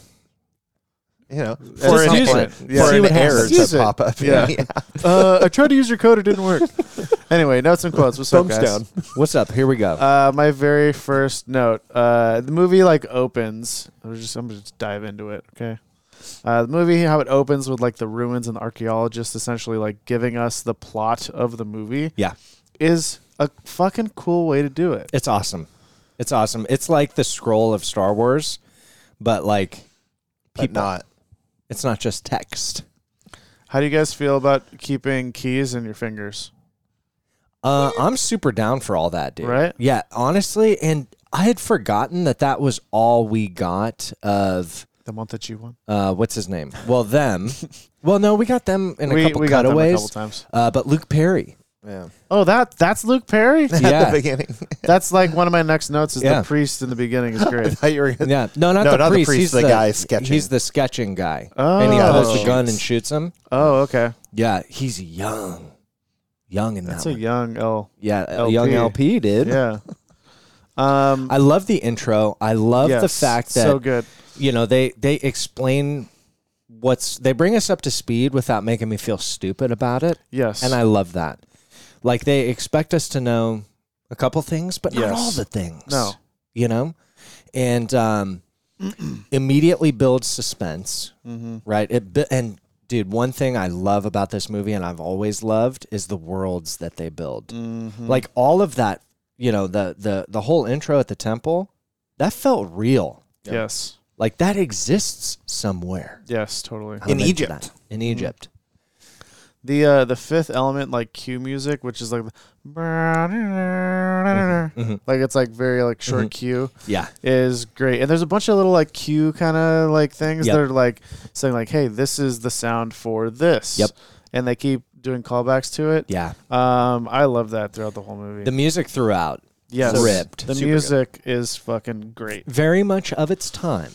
You know,
Just
an,
use
for
it. Yeah.
See
an
what
error
happens.
to
Use it.
pop up.
Yeah. Uh, I tried to use your code, it didn't work. anyway, notes and quotes. What's up,
thumbs
guys?
down.
what's up? Here we go.
Uh, my very first note. Uh, the movie like opens. I'm just I'm gonna just dive into it. Okay. Uh, the movie how it opens with like the ruins and the archaeologists essentially like giving us the plot of the movie
yeah,
is a fucking cool way to do it.
it's awesome. It's awesome. It's like the scroll of Star Wars, but like
But not.
it's not just text.
How do you guys feel about keeping keys in your fingers?
Uh, I'm super down for all that, dude.
Right?
Yeah, honestly, and I had forgotten that that was all we got of
The month that you won.
uh, what's his name? Well, them. well, no, we got them in a
We-
couple
we got them a
cutaways.
couple times.
Uh, but Luke Perry.
Yeah.
Oh, that that's Luke Perry.
At the
yeah.
beginning,
that's like one of my next notes is
Yeah.
the priest in the beginning is great.
thought you were gonna-
Yeah, no, not,
No,
the,
not the
priest.
priest,
He's
the guy sketching.
He's the sketching guy, and he pulls the
Oh.
gun and shoots him.
Oh, okay.
Yeah, he's young, young in
That's
that.
a
one.
young L.
yeah, a
LP.
young LP, dude.
Yeah. Um
I love the intro. I love the
yes,
fact that
so good.
you know they they explain what's they bring us up to speed without making me feel stupid about it,
Yes.
and I love that. Like they expect us to know a couple things, but not
Yes.
all the things.
No.
you know, and um, immediately builds suspense,
Mm-hmm.
right? It bu- and dude, one thing I love about this movie, and I've always loved, is the worlds that they build.
Mm-hmm.
Like all of that, you know, the the the whole intro at the temple, that felt real.
Yes.
Like that exists somewhere
Yes, totally.
I'm
In
into
Egypt.
that. In Egypt.
The uh the fifth element like cue music, which is like the
Mm-hmm.
Mm-hmm.
like it's like very like short cue
Yeah.
is great. And there's a bunch of little like cue kind of like things
Yep.
that are like saying like, "Hey, this is the sound for this."
Yep.
And they keep doing callbacks to it.
Yeah.
Um I love that throughout the whole movie.
The music throughout.
yes.
ripped.
The
Super good.
music is fucking great.
very much of its time.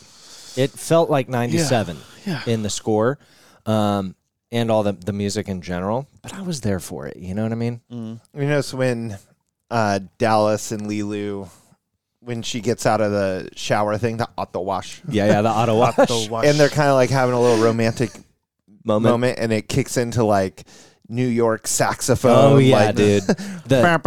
It felt like 97 in the score um, and all the, the music in general, but I was there for it. You know what I mean?
You notice when uh, Dallas and Lilu, when she gets out of the shower thing, the auto wash,
Yeah, yeah, the auto wash
The wash-
and they're kind of like having a little romantic
moment.
moment, and it kicks into like New York saxophone.
Oh, yeah,
like,
dude. The,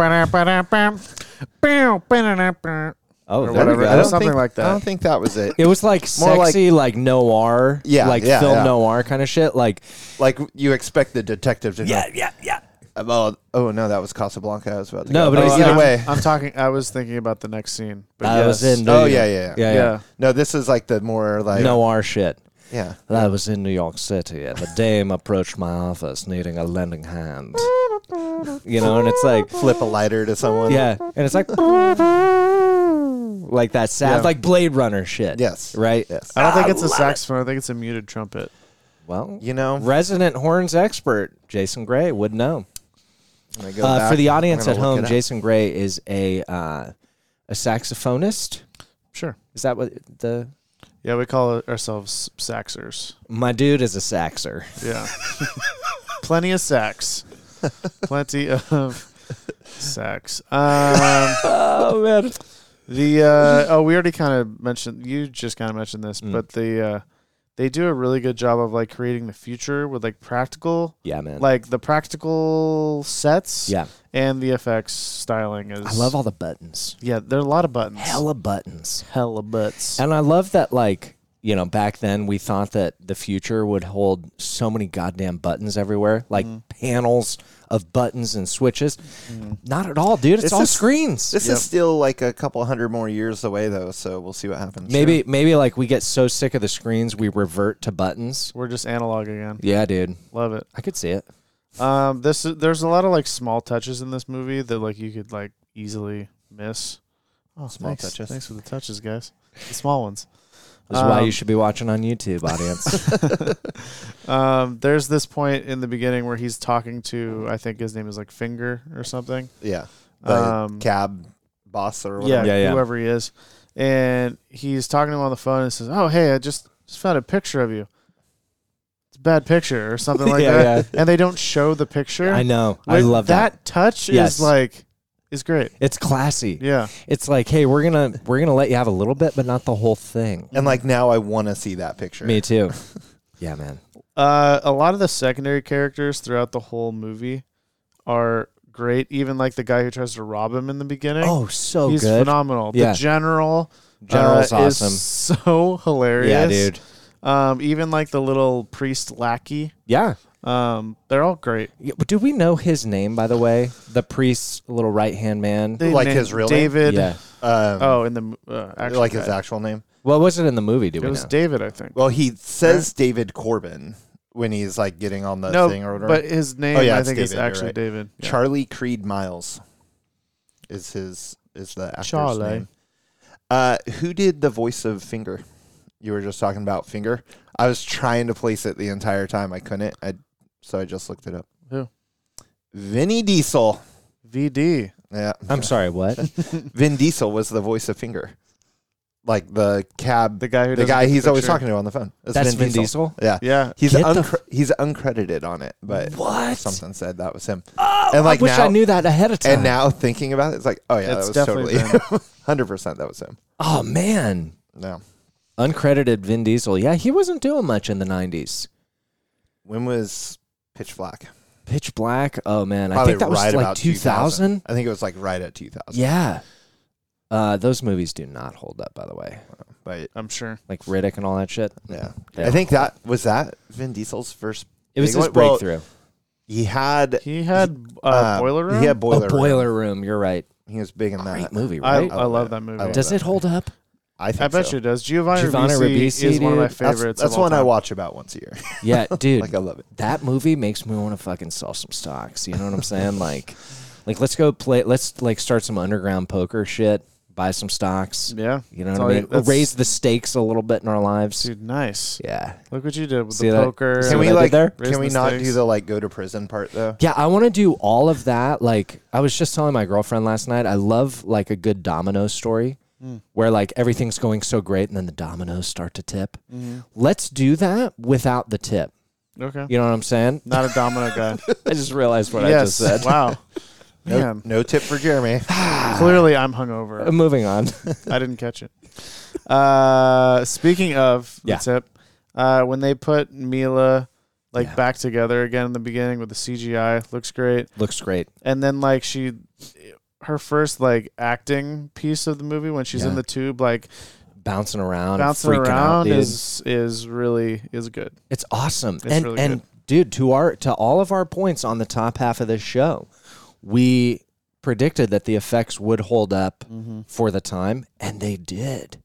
oh,
or
there we
whatever.
go.
don't something
think-
like that.
I don't think that was it.
It was like
More like-
sexy, like, noir,
Yeah,
like
yeah,
film
yeah.
noir kind of shit. Like,
Like you expect the detective to know.
yeah, yeah.
Well, oh no, that was Casablanca. I was about to
No,
go.
but
Oh,
it's
either
not-
way.
I'm talking. I was thinking about the next scene. But
I was
yes.
in.
Oh
New
yeah,
York.
yeah,
yeah,
yeah,
Yeah.
No, this is like the more like
Noir shit.
yeah.
I was in New York City and a dame approached my office needing a lending hand. You know, and it's like,
Flip a lighter to someone.
yeah, and it's like, like that sound,
Yeah.
like Blade Runner shit.
Yes.
Right?
Yes.
I don't think it's a saxophone. I think it's a muted trumpet.
Well,
You know.
resident horns expert, Jason Gray, would know.
when I go
Uh,
back,
for the
I'm
audience at
gonna look it
home,
up.
Jason Gray is a, uh, a saxophonist.
Sure.
Is that what the.
Yeah, we call ourselves saxers.
My dude is a saxer.
Yeah. Plenty of sax. Plenty of sax. Um,
Oh, man.
the uh, oh, we already kind of mentioned. You just kind of mentioned this,
Mm.
but the uh, they do a really good job of like creating the future with like practical.
Yeah, man.
Like the practical sets.
Yeah.
And the effects styling is.
I love all the buttons.
Yeah, there are a lot of buttons.
Hella buttons.
hella butts.
And I love that, like, you know, back then we thought that the future would hold so many goddamn buttons everywhere, like
Mm-hmm.
panels of buttons and switches.
Mm,
Not at all, dude. It's,
This
all
is-
screens.
This is still like a couple hundred more years away, though, so we'll see what happens.
maybe, maybe like we get so sick of the screens, we revert to buttons.
We're just analog again.
Yeah, dude.
Love it.
I could see it.
Um, this is- there's a lot of like small touches in this movie that like you could like easily miss. Oh,
Small
thanks.
touches.
Thanks for the touches, guys. The small ones.
This is why you should be watching on YouTube, audience.
Um, there's this point in the beginning where he's talking to, I think his name is like Finger or something.
Yeah. The
Um,
cab boss or
Yeah,
whatever.
Uh, Yeah, yeah.
whoever he is. And he's talking to him on the phone and says, Oh, hey, I just, just found a picture of you. It's a bad picture or something like
Yeah,
that. And they don't show the picture.
I know. I
Like,
love that.
That touch
Yes.
is like, is great.
It's classy.
Yeah.
It's like, hey, we're gonna we're gonna let you have a little bit, but not the whole thing.
And like now I want to see that picture.
Me too. yeah, man.
Uh, a lot of the secondary characters throughout the whole movie are great. Even like the guy who tries to rob him in the beginning.
Oh, so
he's
good.
phenomenal.
Yeah.
The general,
General's
uh,
awesome.
is so hilarious.
Yeah, dude.
Um, even like the little priest lackey.
Yeah.
Um, they're all great.
Yeah, but Do we know his name, by the way? The priest's little right hand man.
They
Like
named
his real name?
David.
yeah.
Um,
Oh, in the uh, actual
like his
cut.
actual name.
Well, was it in the movie? Do
It
we
was
know?
David, I think.
Well, he says David Corbin when he's like getting on the
no,
thing or whatever.
but his name,
Oh, yeah,
I
it's
think, is
David, you're
actually
right.
David. Yeah.
Charlie Creed Miles is his is the actor's
Charlie.
name. Uh, who did the voice of Finger? You were just talking about Finger. I was trying to place it the entire time. I couldn't. I so I just looked it up.
Who?
Vinny Diesel.
VD.
Yeah,
I'm sorry. What?
Vin Diesel was the voice of Finger, like the cab,
The guy who
the
doesn't
guy
get the
he's always
picture.
talking to on the phone.
That's Vin Diesel?
Yeah,
Yeah.
He's
Get the
uncre- he's uncredited on it, but
What?
something said that was him. Oh, and
I wish I knew that ahead of time.
And now thinking about it, it's like, oh yeah,
It's
that was
definitely
totally hundred percent. That was him.
oh man,
No,
uncredited Vin Diesel. Yeah, he wasn't doing much in the '90s.
when was Pitch Black?
Pitch Black. Oh man, I
Probably
think that was
right
like
about
2000.
I think it was like right at two thousand.
Yeah. Uh, those movies do not hold up, by the way.
but
I'm sure.
Like Riddick and all that shit.
yeah,
They
I
don't
think
hold
that was that Vin Diesel's first.
It was
big
his
one? Well,
breakthrough.
he had
He had uh,
uh,
Boiler Room.
He had boiler.
oh,
Room.
Boiler Room. You're right.
He was big in that
Great movie,
I,
right?
I love that movie.
I love
Does it hold up?
I, think
I bet
so.
you it does. Giovanni,
Giovanni Ribisi,
Ribisi is one of my
dude.
That's-
favorites.
That's
of all
one I
time.
watch about once a year.
Yeah, dude.
like I love it.
that movie makes me want to fucking sell some stocks. You know what I'm saying? like, like let's go play. Let's like start some underground poker shit. Buy some stocks.
Yeah.
You know
That's all
what I mean?
that's-
Raise the stakes a little bit in our lives.
Dude, nice.
Yeah.
Look what you did with
See
the
that?
poker.
See
Can
what
we
I did
like?
there?
Raise
Can we not
mistakes.
do the like go to prison part though?
Yeah, I want to do all of that. Like, I was just telling my girlfriend last night, I love like a good domino story
Hmm.
where like everything's going so great and then the dominoes start to tip. Let's do that without the tip.
Mm-hmm. Okay.
You know what I'm saying?
Not a domino guy.
I just realized what I just
yes.
said.
Wow.
No,
Man,
no tip for Jeremy.
clearly I'm hungover.
Moving on.
I didn't catch it. Uh, speaking of
Yeah.
the tip, uh, when they put Mila like
Yeah.
back together again in the beginning with the CGI, looks great.
Looks great.
And then like she, her first like acting piece of the movie when she's
Yeah.
in the tube, like
Bouncing around,
bouncing
freaking out,
around
dude.
is is really is good.
It's awesome. and
really
and
good.
dude, to our to all of our points on the top half of this show, we predicted that the effects would hold up
Mm-hmm.
for the time, and they did.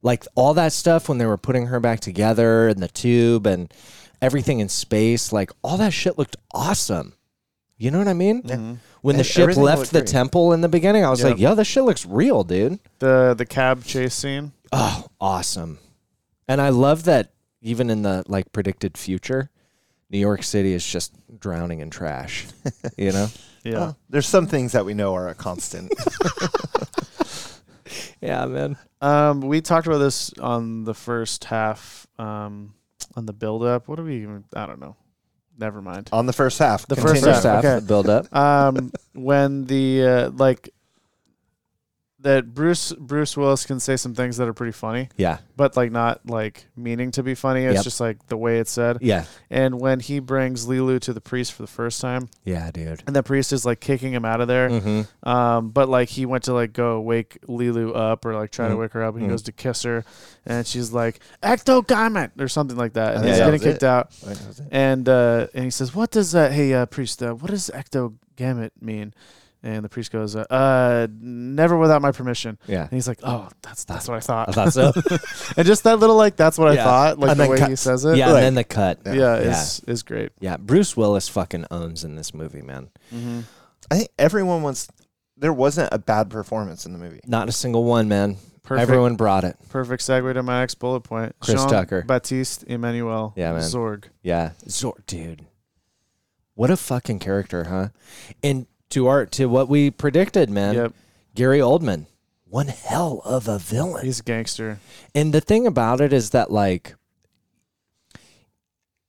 Like all that stuff when they were putting her back together in the tube and everything in space, like all that shit looked awesome. You know what I mean?
Mm-hmm.
When the
Mm-hmm. And
ship
everything
left
looked
the
great.
temple in the beginning, I was
Yep.
like, yo, this shit looks real, dude.
The the cab chase scene.
Oh, awesome. And I love that even in the like predicted future, New York City is just drowning in trash. You know?
Yeah.
There's some things that we know are a constant.
yeah, man.
Um, we talked about this on the first half, um, on the build up. What do we even, I don't know. Never mind.
on the first half.
The first,
Continue.
first half
Okay.
the build up.
Um, when the, uh, like, that Bruce Bruce Willis can say some things that are pretty funny,
Yeah.
but like not like meaning to be funny. It's
Yep.
just like the way it's said.
Yeah.
And when he brings Lilu to the priest for the first time,
Yeah, dude.
and the priest is like kicking him out of there,
Mm-hmm.
Um, but like he went to like go wake Lilu up or like try to
Mm.
wake her up, and he
Mm.
goes to kiss her, and she's like "ecto garment" or something like that, and
Yeah,
he's
that
getting
was it.
kicked out,
I think that was it.
and uh, and he says, "What does that? Hey, uh, priest, uh, what does ecto gamut mean?" And the priest goes, uh, uh, never without my permission."
Yeah.
And he's like, "Oh, that's that's what I thought."
I thought so.
and just that little like, "That's what
Yeah.
I thought," like
And
the
then
way he
cuts.
says it.
yeah, and
like,
then the cut.
yeah, is is great.
Yeah. Bruce Willis fucking owns in this movie, man.
I think everyone was. There wasn't a bad performance in the movie.
Not a single one, man.
Perfect.
Everyone brought it.
Perfect segue to my next bullet point.
Chris
Jean
Tucker.
Baptiste Emmanuel.
Yeah, man.
Zorg.
Yeah. Zor dude. What a fucking character, huh? And to our to what we predicted, man.
Yep.
Gary Oldman. One hell of a villain.
He's a gangster.
And the thing about it is that like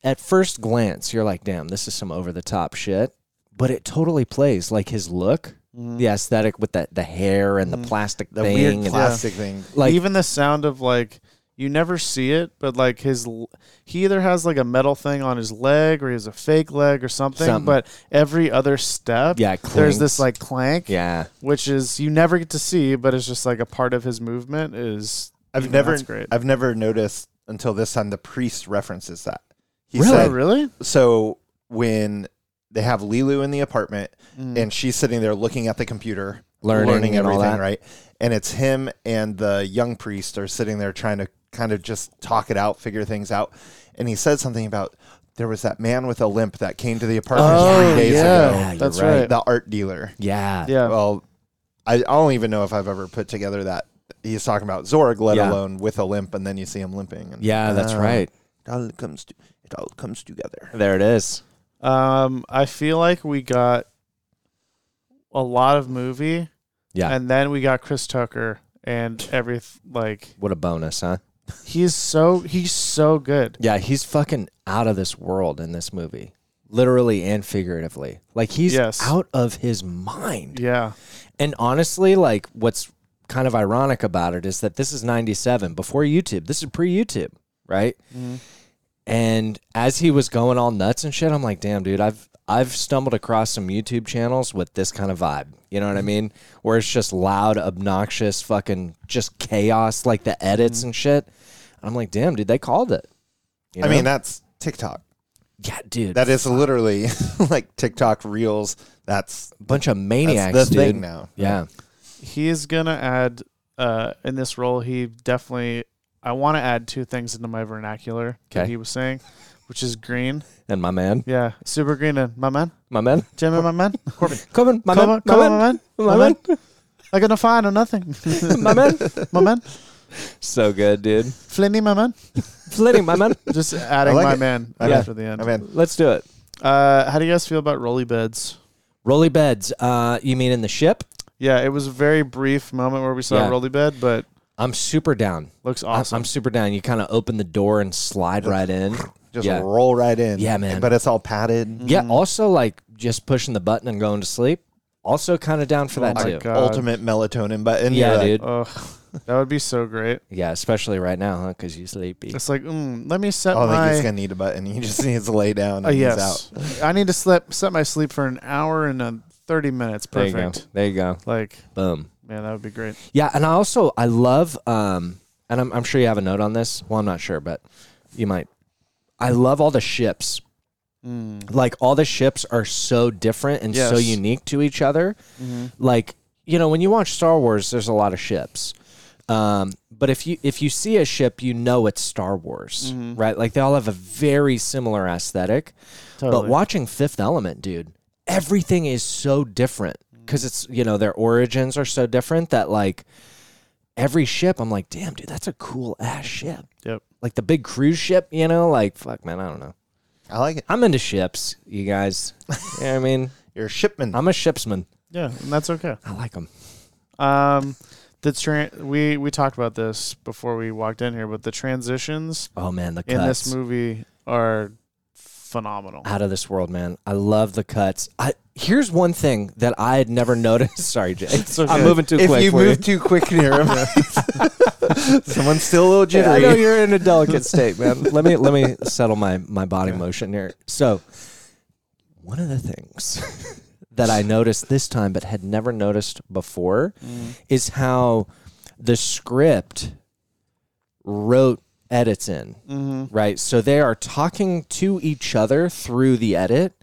at first glance you're like, damn, this is some over the top shit. But it totally plays like his look, the aesthetic with that the hair and the plastic
The
thing,
weird
and-
plastic thing.
like
even the sound of like you never see it, but like his l- he either has like a metal thing on his leg or he has a fake leg or something.
Something.
But every other step,
Yeah,
there's
clinks.
this like clank,
yeah,
which is you never get to see, but it's just like a part of his movement. Is
I've
even
never
that's great.
I've never noticed until this time the priest references that. He
Really?
oh
said,
really?
so when they have Lilu in the apartment and she's sitting there looking at the computer,
Mm. Learning and all
everything,
that.
right? And it's him and the young priest are sitting there trying to kind of just talk it out, figure things out. And he said something about there was that man with a limp that came to the apartment three days
yeah.
ago.
Oh, Yeah, you're
that's
right.
right.
The art dealer.
yeah,
Yeah,
Well, I, I don't even know if I've ever put together that he's talking about Zorg, let
Yeah.
alone with a limp, and then you see him limping. And Uh,
yeah. That's right.
It all comes to, it all comes together.
There it is.
Um, I feel like we got a lot of movie,
Yeah.
and then we got Chris Tucker and every like
what a bonus, huh?
he's so he's so good.
Yeah, he's fucking out of this world in this movie, literally and figuratively. Like he's
Yes.
out of his mind.
Yeah,
And honestly, like what's kind of ironic about it is that this is 97 before YouTube. This is pre YouTube, right? And as he was going all nuts and shit, I'm like, "Damn, dude, I've I've stumbled across some YouTube channels with this kind of vibe. You know what I mean? Where it's just loud, obnoxious, fucking just chaos like the edits and shit. I'm like, "Damn, dude, they called it." You
I
know?
mean, that's TikTok.
yeah, dude.
That is literally like TikTok reels. That's
bunch of maniacs,
the thing
dude.
now.
Yeah,
he is gonna add uh in this role. He definitely I want to add two things into my vernacular that
Okay.
he was saying, which is green.
and my man,
Yeah, super green and my man,
my man,
Jimmy, my man, Corbin,
Corbin, my
come
man,
on, come on,
my
my
man,
man,
my man,
I gonna find or nothing,
my man.
my man,
So good, dude.
Flinny, my man.
Flitting, my man.
Just adding
like
my
it.
man
I
after the end.
I mean,
Let's do it.
Uh, how do you guys feel about rolly beds?
Rolly beds. Uh, you mean in the ship?
Yeah, it was a very brief moment where we saw
Yeah.
a rolly bed, but
I'm super down.
looks
I-
awesome.
I'm super down. You kind of open the door and slide right in.
Mm-hmm.
just
yeah.
roll right in.
Yeah, man.
But it's all padded.
yeah. Also, like just pushing the button and going to sleep. Also, kind of down for that
Oh my
too.
God.
Ultimate melatonin button.
Yeah,
You're like,
dude.
Ugh, that would be so great.
Yeah, especially right now, huh? Because you sleepy.
It's like, mm, let me set
oh, I
Oh,
don't think
my.
he's gonna need a button. He just needs to lay down and
Uh,
he's out.
yes, I need to slip, set my sleep for an hour and uh, thirty minutes.
There you
Perfect.
go. There you go.
Like,
Boom.
man, that would be great.
Yeah, and I also I love um and I'm I'm sure you have a note on this. Well, I'm not sure, but you might. I love all the ships.
Mm,
Like all the ships are so different and so
Yes.
unique to each other.
mm-hmm.
Like, you know, when you watch Star Wars, there's a lot of ships. Um, but if you if you see a ship, you know it's Star Wars,
Mm-hmm.
right? Like they all have a very similar aesthetic. But
Totally.
watching Fifth Element, dude, everything is so different
Mm.
because it's you know their origins are so different that like every ship, I'm like, damn, dude, that's a cool ass ship.
Yep.
Like the big cruise ship, you know, like fuck, man, I don't know.
I like it.
I'm into ships, you guys. You know what I mean,
You're a shipman.
I'm a shipsman.
Yeah, and that's okay.
I like them.
Um, the tra- we we talked about this before we walked in here, but the transitions
Oh man, the cuts.
in this movie are phenomenal.
out of this world, man. I love the cuts. I here's one thing that I had never noticed. Sorry, Jay. I'm
okay.
moving too
if
quick.
you
for
move too quick near him, someone's still a little
Yeah, I
jittery.
know you're in a delicate state, man. Let me let me settle my my body motion here. So, one of the things that I noticed this time, but had never noticed before,
Mm.
is how the script wrote edits in.
Mm-hmm.
Right, so they are talking to each other through the edit.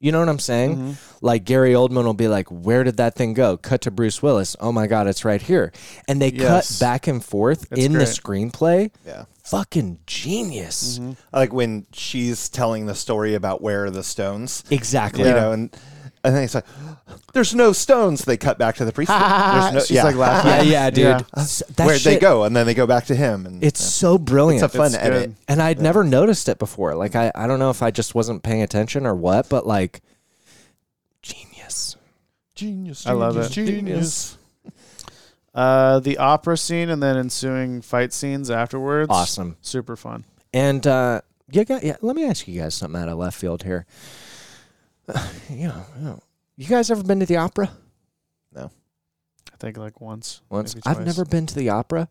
You know what I'm saying?
Mm-hmm.
Mm-hmm.
Like Gary Oldman will be like, "Where did that thing go?" Cut to Bruce Willis. Oh my God, it's right here. And they cut
Yes.
back and forth
It's
in the
great.
screenplay.
Yeah.
Fucking
Mm-hmm.
genius.
Mm-hmm.
like when she's telling the story about where are the stones
Exactly.
you know and And then he's like, "There's no stones." They cut back to the priest. There's no,
She's like laughing.
yeah, yeah, dude.
Yeah.
S- that
Where'd they
shit-
go? And then they go back to him. And
It's so brilliant.
it's a fun
It's
edit.
good.
and I'd never noticed it before. Like I, I don't know if I just wasn't paying attention or what, but like genius.
Genius.
I love
genius,
it.
Genius.
Uh, the opera scene and then ensuing fight scenes afterwards.
Awesome.
Super fun.
And uh you got yeah, let me ask you guys something out of left field here. you, know, you know, you guys ever been to the opera?
I think like once.
Once
maybe
I've
twice.
never been to the opera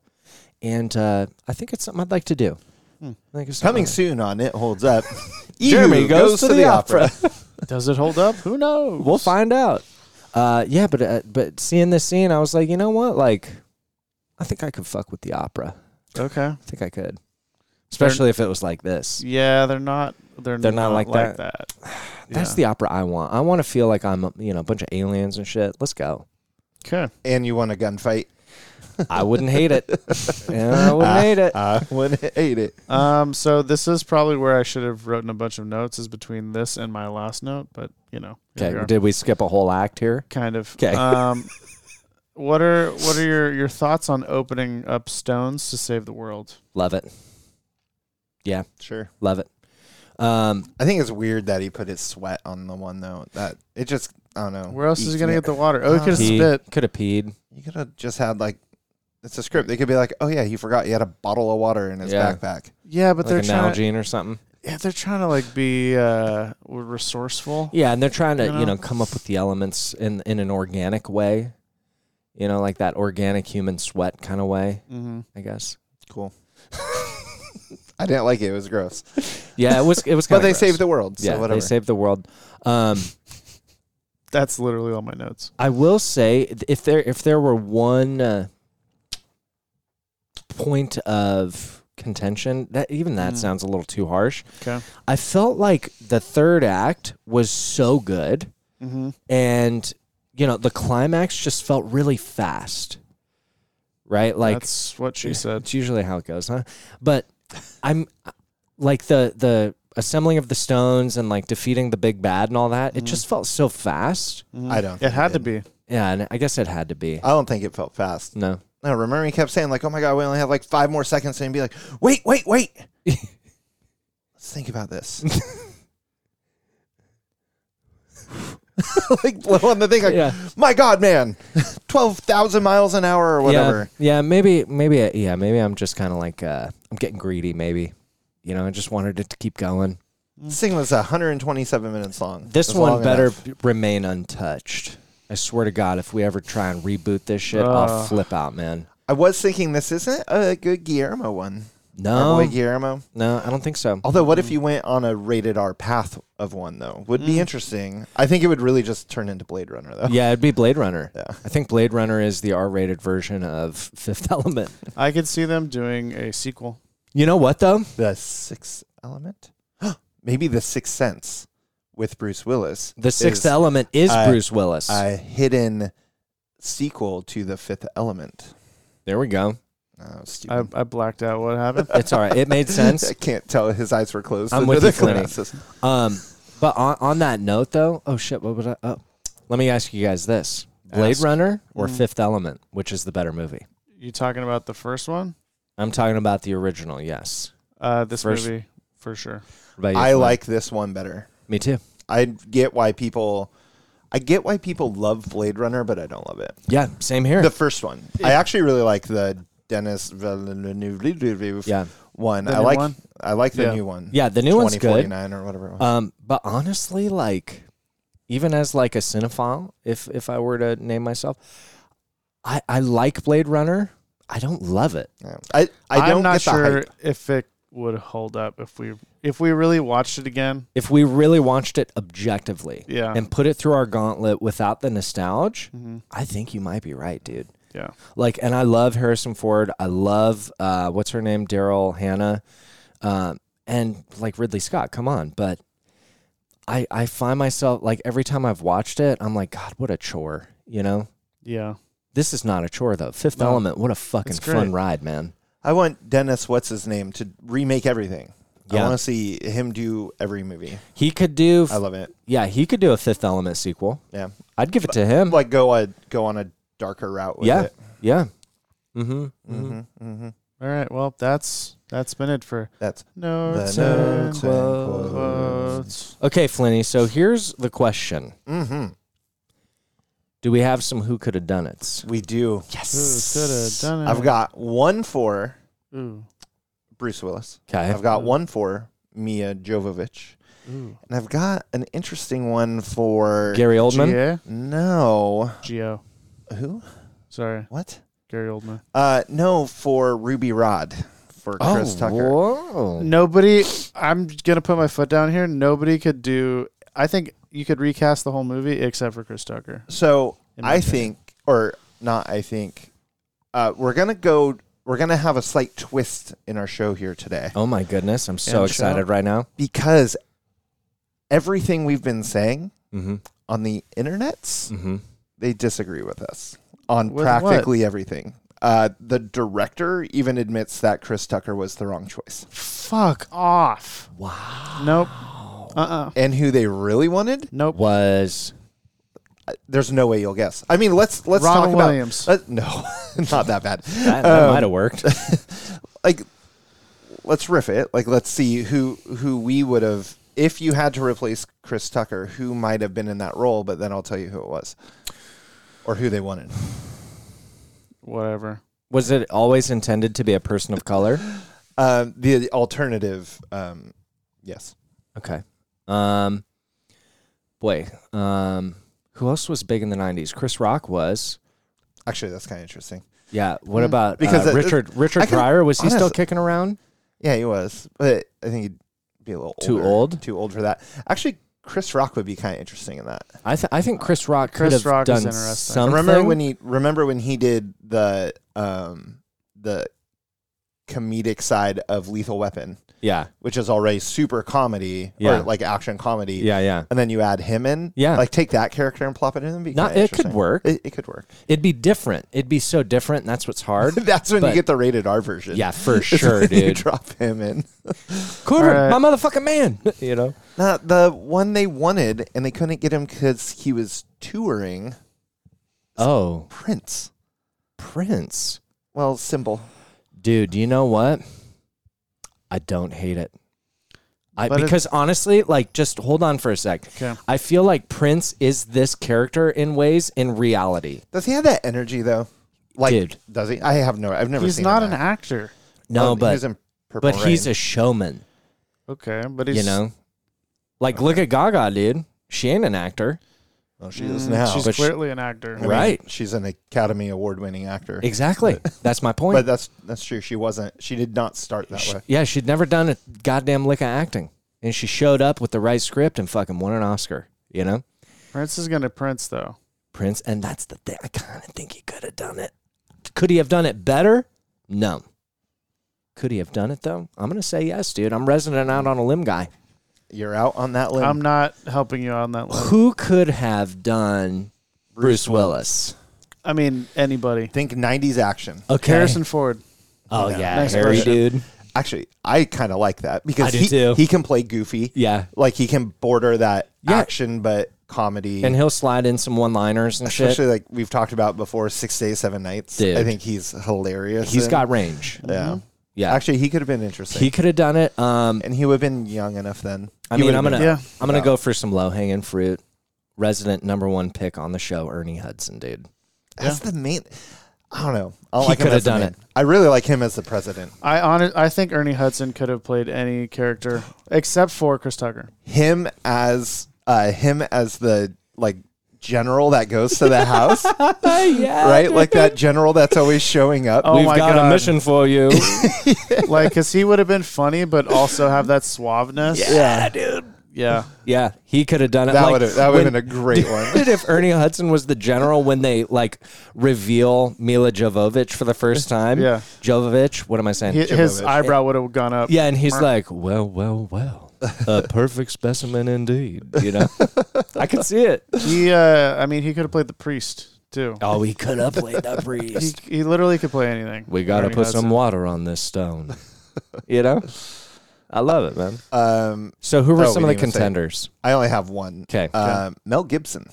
and uh I think it's something I'd like to do.
Hmm.
I think it's something
Coming
I'd-
soon on It Holds Up.
Jeremy
Ew,
goes, to, the, opera.
Does it hold up? Who knows?
we'll find out. Uh, yeah, but uh, but seeing this scene, I was like, you know what? Like, I think I could fuck with the opera.
Okay.
I think I could, especially if it was like this.
Yeah, they're not. They're,
They're
not,
not like
like that.
That's
Yeah.
the opera I want. I want to feel like I'm, you know, a bunch of aliens and shit. Let's go.
Okay.
and you want a gunfight?
I wouldn't hate it. Yeah, I wouldn't hate it.
I would hate it.
Um. So this is probably where I should have written a bunch of notes. Is between this and my last note, but you know. here we
Okay,
are.
did we skip a whole act here?
kind of.
'Kay.
Um, what are what are your your thoughts on opening up stones to save the world?
Love it.
Sure.
Love it. Um,
I think it's weird that he put his sweat on the one though. That it just I don't know.
Where else is he
eked
gonna
me-
get the water? Oh, he could have
pee.
spit.
Could have peed.
You could have just had like it's a script. They could be like, oh yeah, he forgot he had a bottle of water in his
Yeah.
backpack.
Yeah, but they're
like an
trying.
Nalgene or something.
yeah, they're trying to like be uh resourceful.
Yeah, and they're trying to
You
you know,
know?
come up with the elements in in an organic way, you know, like that organic human sweat kind of way,
Mm-hmm.
I guess.
Cool. I didn't like it. It was gross.
Yeah, it was it was.
But
kinda
they
gross.
saved the world. So
yeah,
whatever.
they saved the world. Um,
That's literally all my notes.
I will say th- if there if there were one uh, point of contention, that even that
Mm.
sounds a little too harsh.
Okay.
I felt like the third act was so good.
Mm-hmm.
and you know the climax just felt really fast right like
That's what she said.
it's usually how it goes huh but i'm like the the assembling of the stones and like defeating the big bad and all that it
Mm-hmm.
just felt so fast
I don't.
It
think
had to
did.
be.
yeah and i guess it had to be
I don't think it felt fast.
no
No, remember he kept saying like, "Oh my god, we only have like five more seconds," and he'd be like, "Wait, wait, wait." Let's think about this. like blow on the thing, like,
Yeah.
my god, man, twelve thousand miles an hour or whatever.
yeah yeah maybe maybe I- yeah maybe i'm just kind of like uh i'm getting greedy maybe you know i just wanted it to keep going
This thing was 127 minutes long.
Mm-hmm. this
It was
one
long
better
enough.
b- remain untouched i swear to god if we ever try and reboot this shit i'll
Ugh.
flip out man
I was thinking this isn't a good Guillermo one. Our
no
boy Guillermo.
No, I don't think so.
Although, what if you went on a rated R path of one though? Would be interesting. I think it would really just turn into Blade Runner though.
Mm. Yeah, it'd be Blade Runner.
Yeah.
I think Blade Runner is the R-rated version of Fifth Element.
I could see them doing a sequel.
You know what though?
The Sixth Element? Maybe The Sixth Sense with Bruce Willis.
The Sixth
is
Element is
I-
Bruce Willis.
A hidden sequel to The Fifth Element.
there we go.
Oh,
I,
stupid.
I blacked out. What happened?
It's all right. It made sense.
I can't tell. His eyes were closed.
I'm
under
with
the
you, Clint.
glasses.
Um, but on, on that note though, oh shit, what was I? Oh, let me ask you guys this: Blade
Ask.
Runner or Fifth Element, which is the better movie?
you talking about the first one?
I'm talking about the original. Yes.
Uh, this
First-
movie for sure.
What about you,
I
Flynn?
like this one better.
Me too.
I get why people. I get why people love Blade Runner, but I don't love it.
Yeah. Same here.
The first one. I actually really like the Dennis Villeneuve
Yeah.
one.
The
I
new
like
one?
I like the
Yeah.
new one.
yeah. The new one's good.
2049 or whatever. It was.
Um, but honestly, like, even as like a cinephile, if if I were to name myself, I I like Blade Runner. I don't love it.
Yeah. I I don't
am not
get the hype.
sure if it would hold up if we if we really watched it again.
If we really watched it objectively,
Yeah. Mm-hmm.
and put it through our gauntlet without the nostalgia, I think you might be right, dude.
Yeah.
Like, and I love Harrison Ford. I love uh, what's her name, Daryl Hannah, um, and like Ridley Scott. Come on, but I I find myself like every time I've watched it, I'm like, God, what a chore, you know.
Yeah.
This is not a chore though. Fifth Element, what a fucking
it's great.
fun ride, man.
I want Dennis, what's his name, to remake everything. I
Yeah.
want to see him do every movie.
He could do. f-
I love it.
Yeah, he could do a Fifth Element sequel.
Yeah,
I'd give it to him.
like go a, go on a darker route with
yeah,
it. Mm-hmm.
yeah. Mm-hmm.
All right. Well, that's that's been it for
That's
no
the notes
no
and
quotes.
quotes.
Okay, Flinny. So here's the question:
hmm
Do we have some who could have done it?
We do.
Could have uh, done it.
I've got one for
Ooh.
Bruce Willis.
Okay.
I've got one for Mia Jovovich, and I've got an interesting one for
Gary Oldman.
Geo.
No,
Geo.
who?
Sorry,
What?
Gary Oldman.
Uh, no, for Ruby Rod, for Chris Tucker.
Oh,
Oh.
Whoa.
Nobody. I'm gonna put my foot down here. Nobody could do. I think you could recast the whole movie except for Chris Tucker.
So
In my
I
opinion.
think, or not, I think uh, we're gonna go. We're gonna have a slight twist in our show here today
Oh my goodness! I'm so
And
excited
shout.
right now.
because everything we've been saying
Mm-hmm.
on the internets,
Mm-hmm.
they disagree with us on
With what?
practically everything. Uh, the director even admits that Chris Tucker was the wrong choice,
Fuck off. Wow. Nope. Uh uh
and who they really wanted. uh,
Nope.
Was
There's no way you'll guess. I mean, let's let's
Robin
talk about
Williams.
let- no, not that bad.
that, that
Um,
might have worked?
like let's riff it like let's see who who we would have if you had to replace chris tucker who might have been in that role but then i'll tell you who it was or who they wanted
Whatever.
Was it always intended to be a person of color?
um the alternative um yes
Okay. Um, boy, um, who else was big in the '90s? Chris Rock was.
actually that's kind of interesting
Yeah. What about
Because
uh,
it-
Richard Richard
I can-
Pryor? Was he still
honest-
kicking around?
yeah he was but i think he'd be a little
Too
older,
old?
too old for that actually chris rock would be kind of interesting in that
I th- I think Chris Rock could
Chris
have
Rock is
done
interesting.
something.
remember when he remember when he did the um the comedic side of lethal weapon
yeah.
which is already super comedy
Yeah.
or like action comedy.
Yeah. Yeah.
And then you add him in.
Yeah.
Like take that character and plop it in. It'd be
Not-
kinda
it could
interesting.
work.
It, it could work.
It'd be different. It'd be so different. And that's what's hard.
That's when
But-
you get the rated R version.
yeah, for
It's
sure,
when You
dude.
drop him in.
Cooter,
All right.
my motherfucking man. you know.
Now, the one they wanted and they couldn't get him because he was touring
Oh,
Prince.
Prince.
Well, symbol.
Dude, you know what? I don't hate it. I,
But it-
because honestly, like, just hold on for a sec.
Okay.
I feel like Prince is this character in ways in reality.
Does he have that energy though? Like,
Dude.
does he? I have no. I've never
He's
seen.
not
him
an
act.
actor.
No,
Um, he
but
was in Purple
but he's
Rain.
a showman.
Okay, but he's
you know, like look at Gaga, dude. She ain't an actor,
Well, Oh, she is
Mm,
now.
She's
But she-
clearly an actor.
I mean,
right.
She's an Academy Award winning actor.
Exactly. That's my point.
But that's that's true. She wasn't. She did not start that way.
yeah, she'd never done a goddamn lick of acting, and she showed up with the right script and fucking won an Oscar. You know,
Prince is gonna Prince though.
Prince, and that's the thing. I kind of think he could have done it. Could he have done it better? No. Could he have done it though? I'm gonna say yes, dude. I'm resident out on a limb guy.
You're out on that limb.
I'm not helping you on that line.
Who could have done Bruce, Willis?
I mean anybody.
Think 90s action.
Okay.
Harrison Ford.
Oh yeah,
Next
Harry,
question.
dude.
Actually, I kind of like that because
I do
he,
too.
he can play goofy.
Yeah.
Like he can border that
Yeah.
action but comedy.
And he'll slide in some one-liners and shit.
especially like we've talked about before 6 days 7 nights.
Dude.
I think he's hilarious.
He's
in-
got range.
yeah.
Yeah.
Actually, he could have been interesting.
he could have done it. Um,
and he would have been young enough then.
I
He
mean,
would've
I'm gonna,
been-
Yeah.
I'm gonna go for some low hanging fruit. Resident number one pick on the show, Ernie Hudson, dude.
That's the main I don't know. I don't
He
like him
coulda
as the
done
main-
it.
I really like him as the president.
I honest, I think Ernie Hudson could have played any character except for Chris Tucker.
him as uh him as the like general that goes to the house
yeah,
right like that general that's always showing up
Oh
We've
my
got
God.
a mission for you.
Like, cause he would have been funny, but also have that suaveness.
yeah dude
Yeah.
yeah, he could have done it.
that
Like,
would have that would
when-
have been a great one
Dude, if Ernie Hudson was the general when they like reveal Mila Jovovich for the first time,
Yeah.
Jovovich, what am I saying?
Hi- His eyebrow would have gone up.
Yeah, and he's like, well, well, well, a perfect specimen indeed. You know, I could see it.
He, uh, I mean, he could have played the priest too.
Oh, he could have played the
He,
priest.
he literally could play anything.
We got to
Ernie
put
Hudson.
some water on this stone. You know, I love it, man. Um, so who were
oh,
some
we
of the
didn't even say.
contenders?
I only have one.
'Kay.
Uh, Mel Gibson.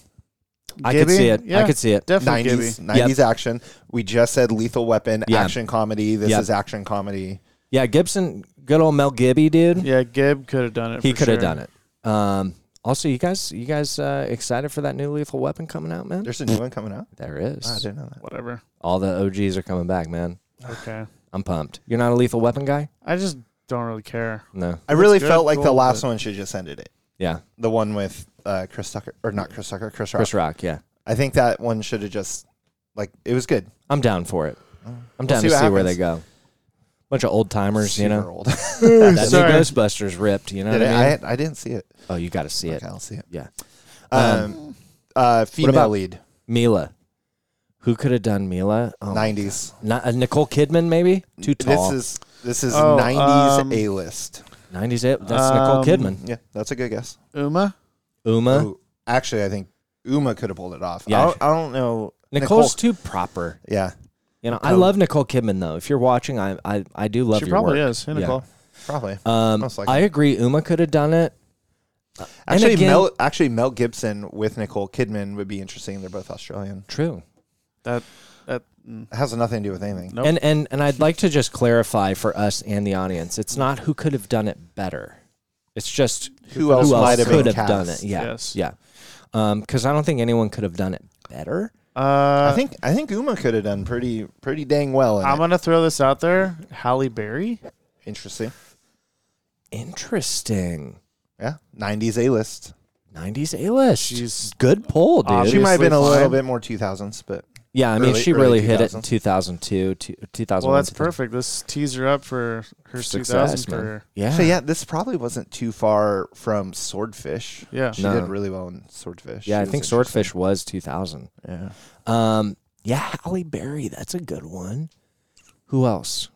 I could
Gibby?
see it. I
Yeah,
could see it.
Definitely Gibby.
Nineties, nineties action. We just said Lethal Weapon,
Yeah.
action comedy. This
Yeah.
is action comedy.
Yeah, Gibson, good old Mel Gibby, dude.
Yeah, Gib could have done it.
he
for
could have
sure.
done it. Um, also, you guys, you guys uh, excited for that new Lethal Weapon coming out, man?
There's a new one coming out.
There is.
I didn't know that.
Whatever.
All the OGs are coming back, man.
Okay.
I'm pumped. You're not a Lethal Weapon guy?
I just don't really care.
No.
I really
good,
felt like the
cool,
last
but-
one should just ended it.
Yeah.
The one with uh, Chris Tucker or not Chris Tucker, Chris Rock.
Chris Rock. Yeah.
I think that one should have just like it was good.
I'm down for it. I'm down
see
to
what
see where they
happens.
go. Bunch of old timers, you
Super
know.
old.
That
Did
new
Sorry.
Ghostbusters ripped. You know
I,
what I mean?
I, I didn't see it.
oh, you got to see it.
Okay, I'll see it.
Yeah.
Um, uh, female
about-
lead,
Mila. Who could have done Mila? Oh,
nineties.
not, uh, Nicole Kidman, maybe. Too tall.
This is this is
Oh,
nineties
um,
A list.
90s. It. That's Nicole
Um,
Kidman.
Yeah, that's a good guess.
Uma.
Uma.
Ooh, Oh, actually, I think Uma could have pulled it off.
Yeah.
I, don't, I don't know.
Nicole's too proper.
Nicole- yeah,
You know, I love Nicole Kidman though. If you're watching, I I, I do love
She
your
probably
work.
is. Hey,
Yeah.
Nicole.
probably.
Um,
Most likely.
I agree. Uma could have done it. and
actually,
again-
Mel actually Mel Gibson with Nicole Kidman would be interesting. They're both Australian.
True.
That. That. mm,
It has nothing to do with anything.
Nope.
And and and I'd like to just clarify for us and the audience, it's not who could have done it better. It's just
Who else might have
could
been
have done it.
cast?
Yeah,
Yes.
yeah. Because I don't think anyone could have done it better.
Uh,
I think I think Uma could have done pretty pretty dang well. In
I'm
it.
gonna throw this out there. Halle Berry.
Interesting.
Interesting.
Yeah, nineties A list.
Nineties A list.
She's-
good pull, dude.
She
Obviously
might have been a little
fine.
bit more two thousands, but
yeah, I mean,
early-
she
early
really hit it in
2000s.
2002, two, 2001.
Well, that's perfect. This tees her up for her 2000
Success, man.
career.
Yeah.
so yeah, this probably wasn't too far from Swordfish.
Yeah.
she
No.
did really well in Swordfish.
Yeah, I
She was
think Swordfish was 2000.
Yeah.
Um, yeah, Halle Berry. That's a good one. Who else?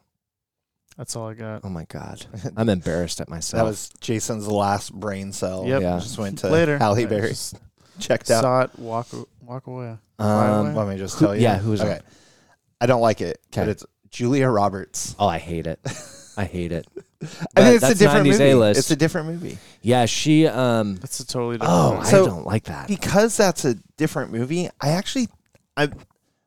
That's all I got.
Oh my God, I'm embarrassed at myself.
That was Jason's last brain cell.
Yep.
Oh, Yeah.
Just went to
Later.
Halle
I
Berry.
just
Checked out.
Saw it. Walk. Walk away.
Um,
Let me just
Who-
tell you.
yeah, who was
okay?
up?
I don't like it, but
Okay.
it's Julia Roberts.
oh, I hate it. I hate it.
I
But
mean, it's a
that's
different
90s
movie.
A-list.
It's a different movie
yeah, she. Um,
That's a totally different.
oh,
movie.
I
so-
don't like that.
because that's a different movie. I actually, I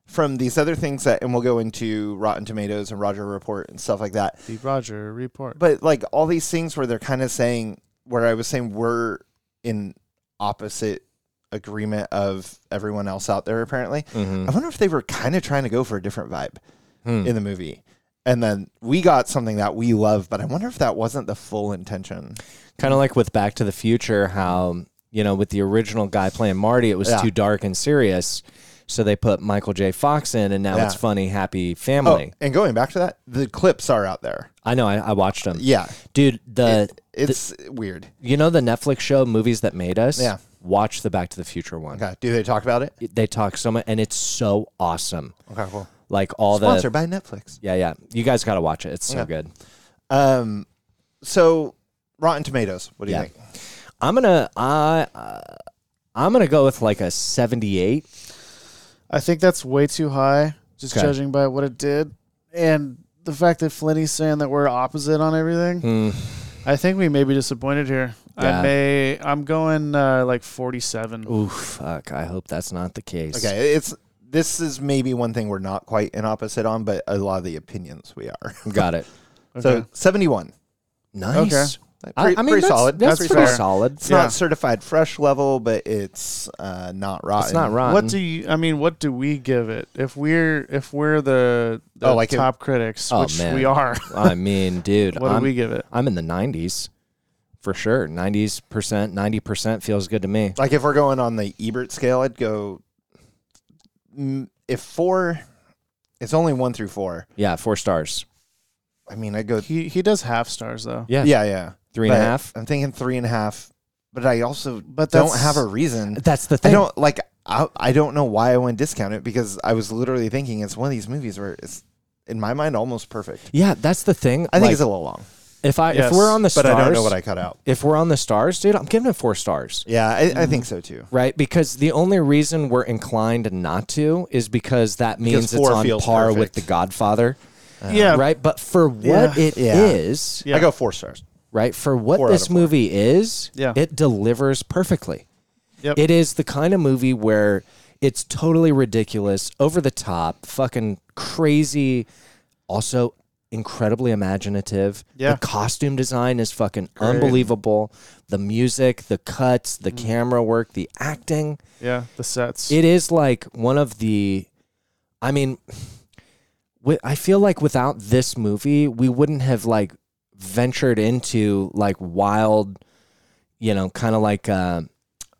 from these other things that, and we'll go into Rotten Tomatoes and Roger Report and stuff like that.
the Roger report.
But like all these things where they're kind of saying, where I was saying we're in opposite agreement of everyone else out there. Apparently,
Mm-hmm. Mm.
I wonder if they were kind of trying to go for a different vibe
Hmm.
in the movie. And then we got something that we love, but I wonder if that wasn't the full intention.
Kind of like with Back to the Future, how you know with the original guy playing Marty, it was
Yeah.
too dark and serious, so they put Michael J. Fox in, and now
Yeah.
it's funny, happy
Oh,
family.
and going back to that, the clips are out there.
I know. I, I watched them.
Yeah.
dude. Uh, The
It- it's weird.
you know the Netflix show movies that made us.
Yeah.
Watch the Back to the Future one.
Okay. Do they talk about it?
They talk so much, and it's so awesome.
Okay, cool.
Like all
Sponsored
the
by Netflix.
yeah, yeah. You guys got to watch it. It's so good.
Um, so Rotten Tomatoes. What do
Yeah.
you think?
I'm gonna I uh, I'm gonna go with like a 78.
I think that's way too high, just
Okay.
judging by what it did, and the fact that Flinty's saying that we're opposite on everything.
Hmm.
I think we may be disappointed here.
Yeah.
I may. I'm going uh, like 47.
Oof, fuck. I hope that's not the case.
Okay, it's this is maybe one thing we're not quite in opposite on, but a lot of the opinions we are.
got it.
So seventy-one.
Nice.
Pretty,
I, I mean,
pretty
that's,
solid.
That's,
That's
pretty
fair.
solid.
It's
It's
Yeah.
not certified fresh level, but it's uh, not rotten.
not rotten.
What do you? I mean, what do we give it? If we're if we're the, the
Oh, like it-
top critics,
Oh,
which
man.
we are,
I mean, dude.
what
I'm,
do we give it?
I'm in the 90s for sure. 90s percent, 90 percent feels good to me.
Like if we're going on the Ebert scale, I'd go. mm, If four, it's only one through four.
Yeah, four stars.
I mean, I go.
He he does half stars though.
Yeah,
Yeah, yeah.
Three and a
But
half?
I'm thinking three and a half, but I also
But
don't
that's-
have a reason.
That's the
I
thing.
don't like. I, I don't know why I went discount it because I was literally thinking it's one of these movies where it's in my mind almost perfect.
yeah, that's the thing.
I think
Like,
it's a little long,
if I if
Yes,
we're on the
but
stars,
I don't know what I cut out. Mm-hmm.
if we're on the stars, dude, I'm giving it four stars.
Yeah, I, I think so too.
Right, because the only reason we're inclined not to is because that means it's
four
on
feels
par with
perfect. Uh,
The Godfather,
yeah,
right? But for what it is,
Yeah.
I go four stars.
right? For what
Four out of
this
four.
movie is,
Yeah.
it delivers perfectly.
Yep.
It is the kind of movie where it's totally ridiculous, over the top, fucking crazy, also incredibly imaginative.
Yeah.
The costume design is fucking unbelievable. The music, the cuts,
Mm.
the camera work, the acting.
yeah, the sets.
It is like one of the, I mean, wi- I feel like without this movie, we wouldn't have like ventured into like wild, you know, kind of like uh,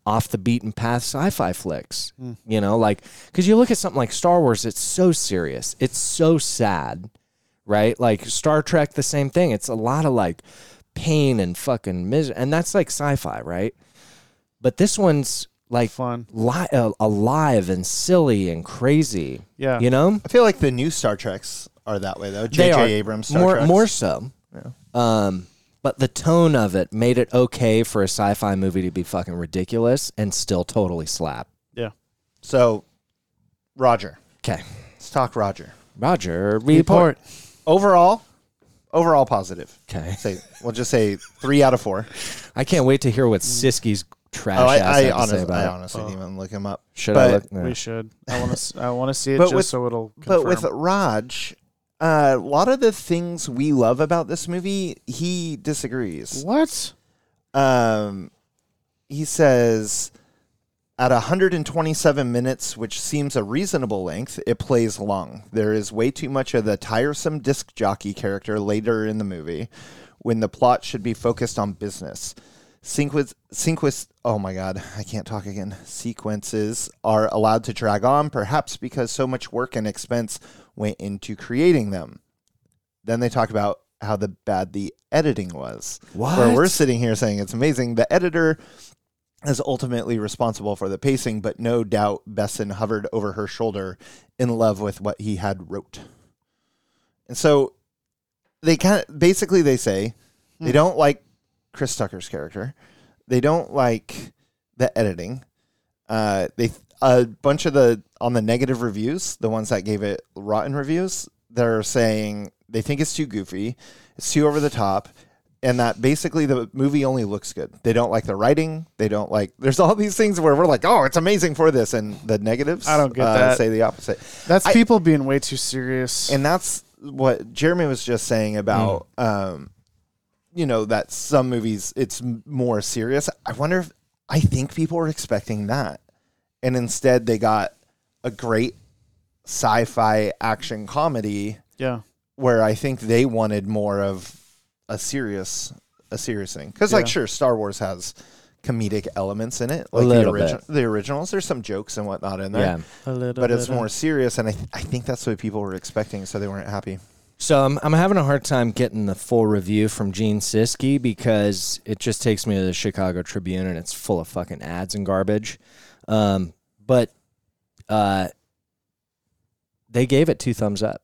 off the beaten path sci-fi flicks. You know, like because you look at something like Star Wars, it's so serious, it's so sad, right? Like Star Trek, the same thing. It's a lot of like pain and fucking misery, and that's like sci-fi, right? But this one's like
Fun.
li- uh, alive and silly and crazy.
Yeah.
you know,
I feel like the new Star Treks are that way though.
they
J.J.
are
Abrams Star
more
Treks.
more so. Um, but the tone of it made it okay for a sci-fi movie to be fucking ridiculous and still totally slap.
yeah.
So, Roger,
Okay,
let's talk Roger.
Roger report.
Overall, overall positive.
'Kay.
Say we'll just say three out of four.
I can't wait to hear what Siski's trash
Oh, I,
ass
I,
had to say
honestly,
about
I
it.
honestly didn't even look him up.
Should
but,
I look? No.
We should. I want to. I want to see it
But
just
with-
so it'll. Confirm.
But with Raj, uh, a lot of the things we love about this movie, he disagrees.
what?
um, he says at 127 minutes, which seems a reasonable length, it plays long. There is way too much of the tiresome disc jockey character later in the movie when the plot should be focused on business. Sequence, sequence, oh my God, I can't talk again. Sequences are allowed to drag on, perhaps because so much work and expense went into creating them. Then they talk about how the bad the editing was. Where
What?
we're sitting here saying it's amazing. The editor is ultimately responsible for the pacing, but no doubt Besson hovered over her shoulder in love with what he had wrote. And so they kind of basically they say
Hmm.
they don't like Chris Tucker's character. They don't like the editing. Uh, they a bunch of the on the negative reviews, the ones that gave it rotten reviews, they're saying they think it's too goofy, it's too over the top, and that basically the movie only looks good. They don't like the writing. They don't like. There's all these things where we're like, oh, it's amazing for this, and the negatives.
I don't get
uh,
that.
Say the opposite.
That's
I-
people being way too serious.
And that's what Jeremy was just saying about,
Mm.
um, you know, that some movies it's m- more serious. I wonder if I think people were expecting that, and instead they got a great sci-fi action comedy
yeah.
where I think they wanted more of a serious a serious thing. Because like
Yeah.
sure, Star Wars has comedic elements in it,
A
like the
little
original the originals. There's some jokes and whatnot in there.
Yeah.
A little.
But it's more serious, and I, th- I think that's what people were expecting, so they weren't happy.
So I'm, I'm having a hard time getting the full review from Gene Siski because it just takes me to the Chicago Tribune and it's full of fucking ads and garbage. Um, but uh, they gave it two thumbs up.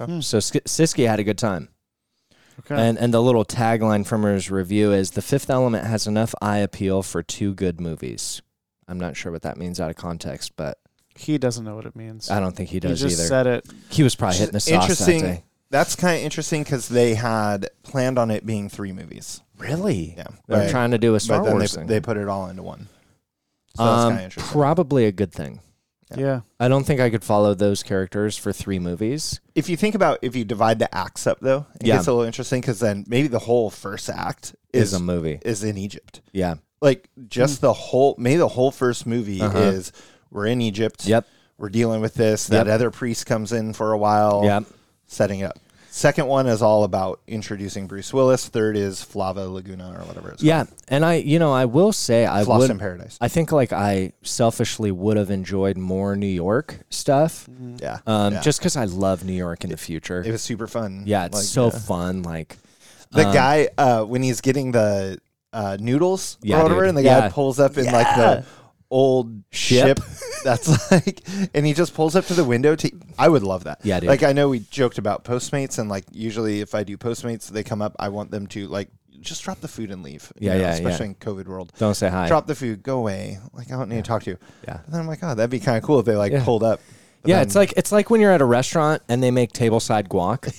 Okay.
So Sk- Siski had a good time.
Hmm. Okay.
And, and the little tagline from his review is The Fifth Element has enough eye appeal for two good movies. I'm not sure what that means out of context, but
he doesn't know what it means.
I don't think he does
he just
either.
said it.
he was probably hitting the sauce
interesting.
that day.
That's kind of interesting because they had planned on it being three movies,
Really?
Yeah.
They're
Right.
trying to do a Star
but then
Wars
they,
thing.
they put it all into one. So that's
Um,
kind of interesting.
probably a good thing.
Yeah.
I don't think I could follow those characters for three movies.
if you think about if you divide the acts up though, it
Yeah.
gets a little interesting because then maybe the whole first act
Is
is
a movie.
is in Egypt.
Yeah.
Like just the whole maybe the whole first movie
Uh-huh.
is we're in Egypt.
Yep.
We're dealing with this. That
Yep.
other priest comes in for a while.
Yep.
Setting it up. Second one is all about introducing Bruce Willis. Third is Flava Laguna or whatever it's
Yeah. And I, you know, I will say I
called. Floss
would.
in Paradise.
I think like I selfishly would have enjoyed more New York stuff,
Yeah.
um,
Mm-hmm. yeah.
just because I love New York in the future.
it was super fun.
yeah, it's
Like,
so
uh,
fun. Like
The
Um,
guy uh, when he's getting the uh, noodles
Yeah,
or whatever,
dude.
and the
Yeah.
guy pulls up in like
Yeah.
the old
Ship.
ship. That's like, and he just pulls up to the window. To I would love that.
Yeah, dude.
Like I know we joked about Postmates, and like usually if I do Postmates, they come up. I want them to like just drop the food and leave. you
Yeah,
know,
yeah,
Especially
yeah.
in COVID world.
Don't say hi.
Drop the food, go away. Like I don't need to talk to you.
Yeah.
But then I'm like, oh, that'd be kind of cool if they like
Yeah.
pulled up.
yeah, it's like it's like when you're at a restaurant and they make tableside guac.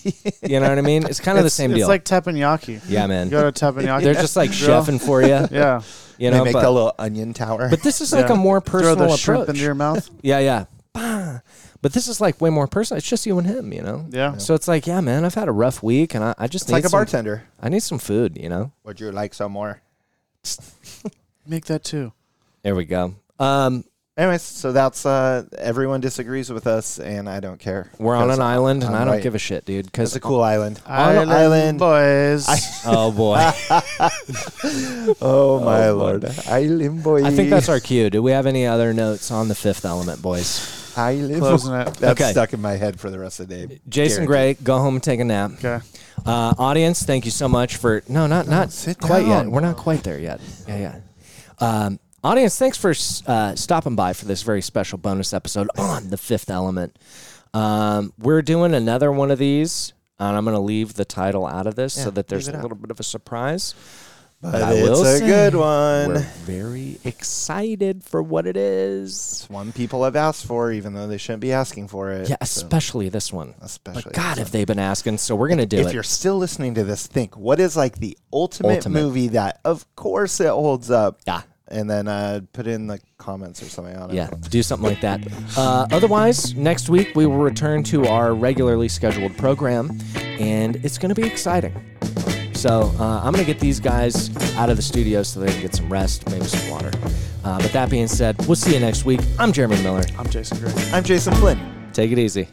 You know what I mean? It's kind of the
It's-
same
it's
deal.
like teppanyaki.
yeah,
You
man.
go to teppanyaki.
They're just like
grill.
chefing for you.
Yeah.
You know,
they make
but,
that little onion tower.
but this is like
Yeah.
a more personal
Throw the shrimp
approach.
into your mouth.
Yeah, yeah. Bah. But this is like way more personal. It's just you and him, you know.
Yeah.
So it's like, yeah, man, I've had a rough week, and I, I just
it's
need
like a
some-
bartender.
I need some food, you know.
Would you like some more?
Make that too.
There we go. Um,
Anyways, so that's uh, everyone disagrees with us, and I don't care.
we're on
'Cause
an island, and
I'm
I don't
right.
give a shit, dude.
It's
Because
a cool island.
Island, boys.
oh boy, I
Oh my lord, island boy.
think that's our cue. Do we have any other notes on the Fifth Element, boys?
island.
Closing it.
That's
Okay.
stuck in my head for the rest of the day.
Jason
Guaranteed.
Gray, go home, and take a nap.
Okay.
Uh, audience, thank you so much for no, not not
Oh, sit
quite yet.
down.
We're not quite there yet. Yeah, yeah. Um, audience, thanks for uh, stopping by for this very special bonus episode on the Fifth Element. Um, we're doing another one of these, and I'm going to leave the title out of this so that there's a little bit of a surprise. But, I
it's
will
a
say
good one.
We're very excited for what it is.
It's one people have asked for, even though they shouldn't be asking for it.
Yeah,
So,
especially this one.
especially
But God, have they been asking? So we're going to do
if
it.
you're still listening to this, think what is like the ultimate,
Ultimate.
movie that, of course, it holds up.
Yeah.
And then uh, put in the comments or something on it.
Yeah, do something like that. Uh, otherwise, next week we will return to our regularly scheduled program, and it's going to be exciting. So uh, I'm going to get these guys out of the studio so they can get some rest, maybe some water. Uh, but that being said, we'll see you next week. I'm Jeremy Miller.
I'm Jason Gray.
I'm Jason Flynn.
Take it easy.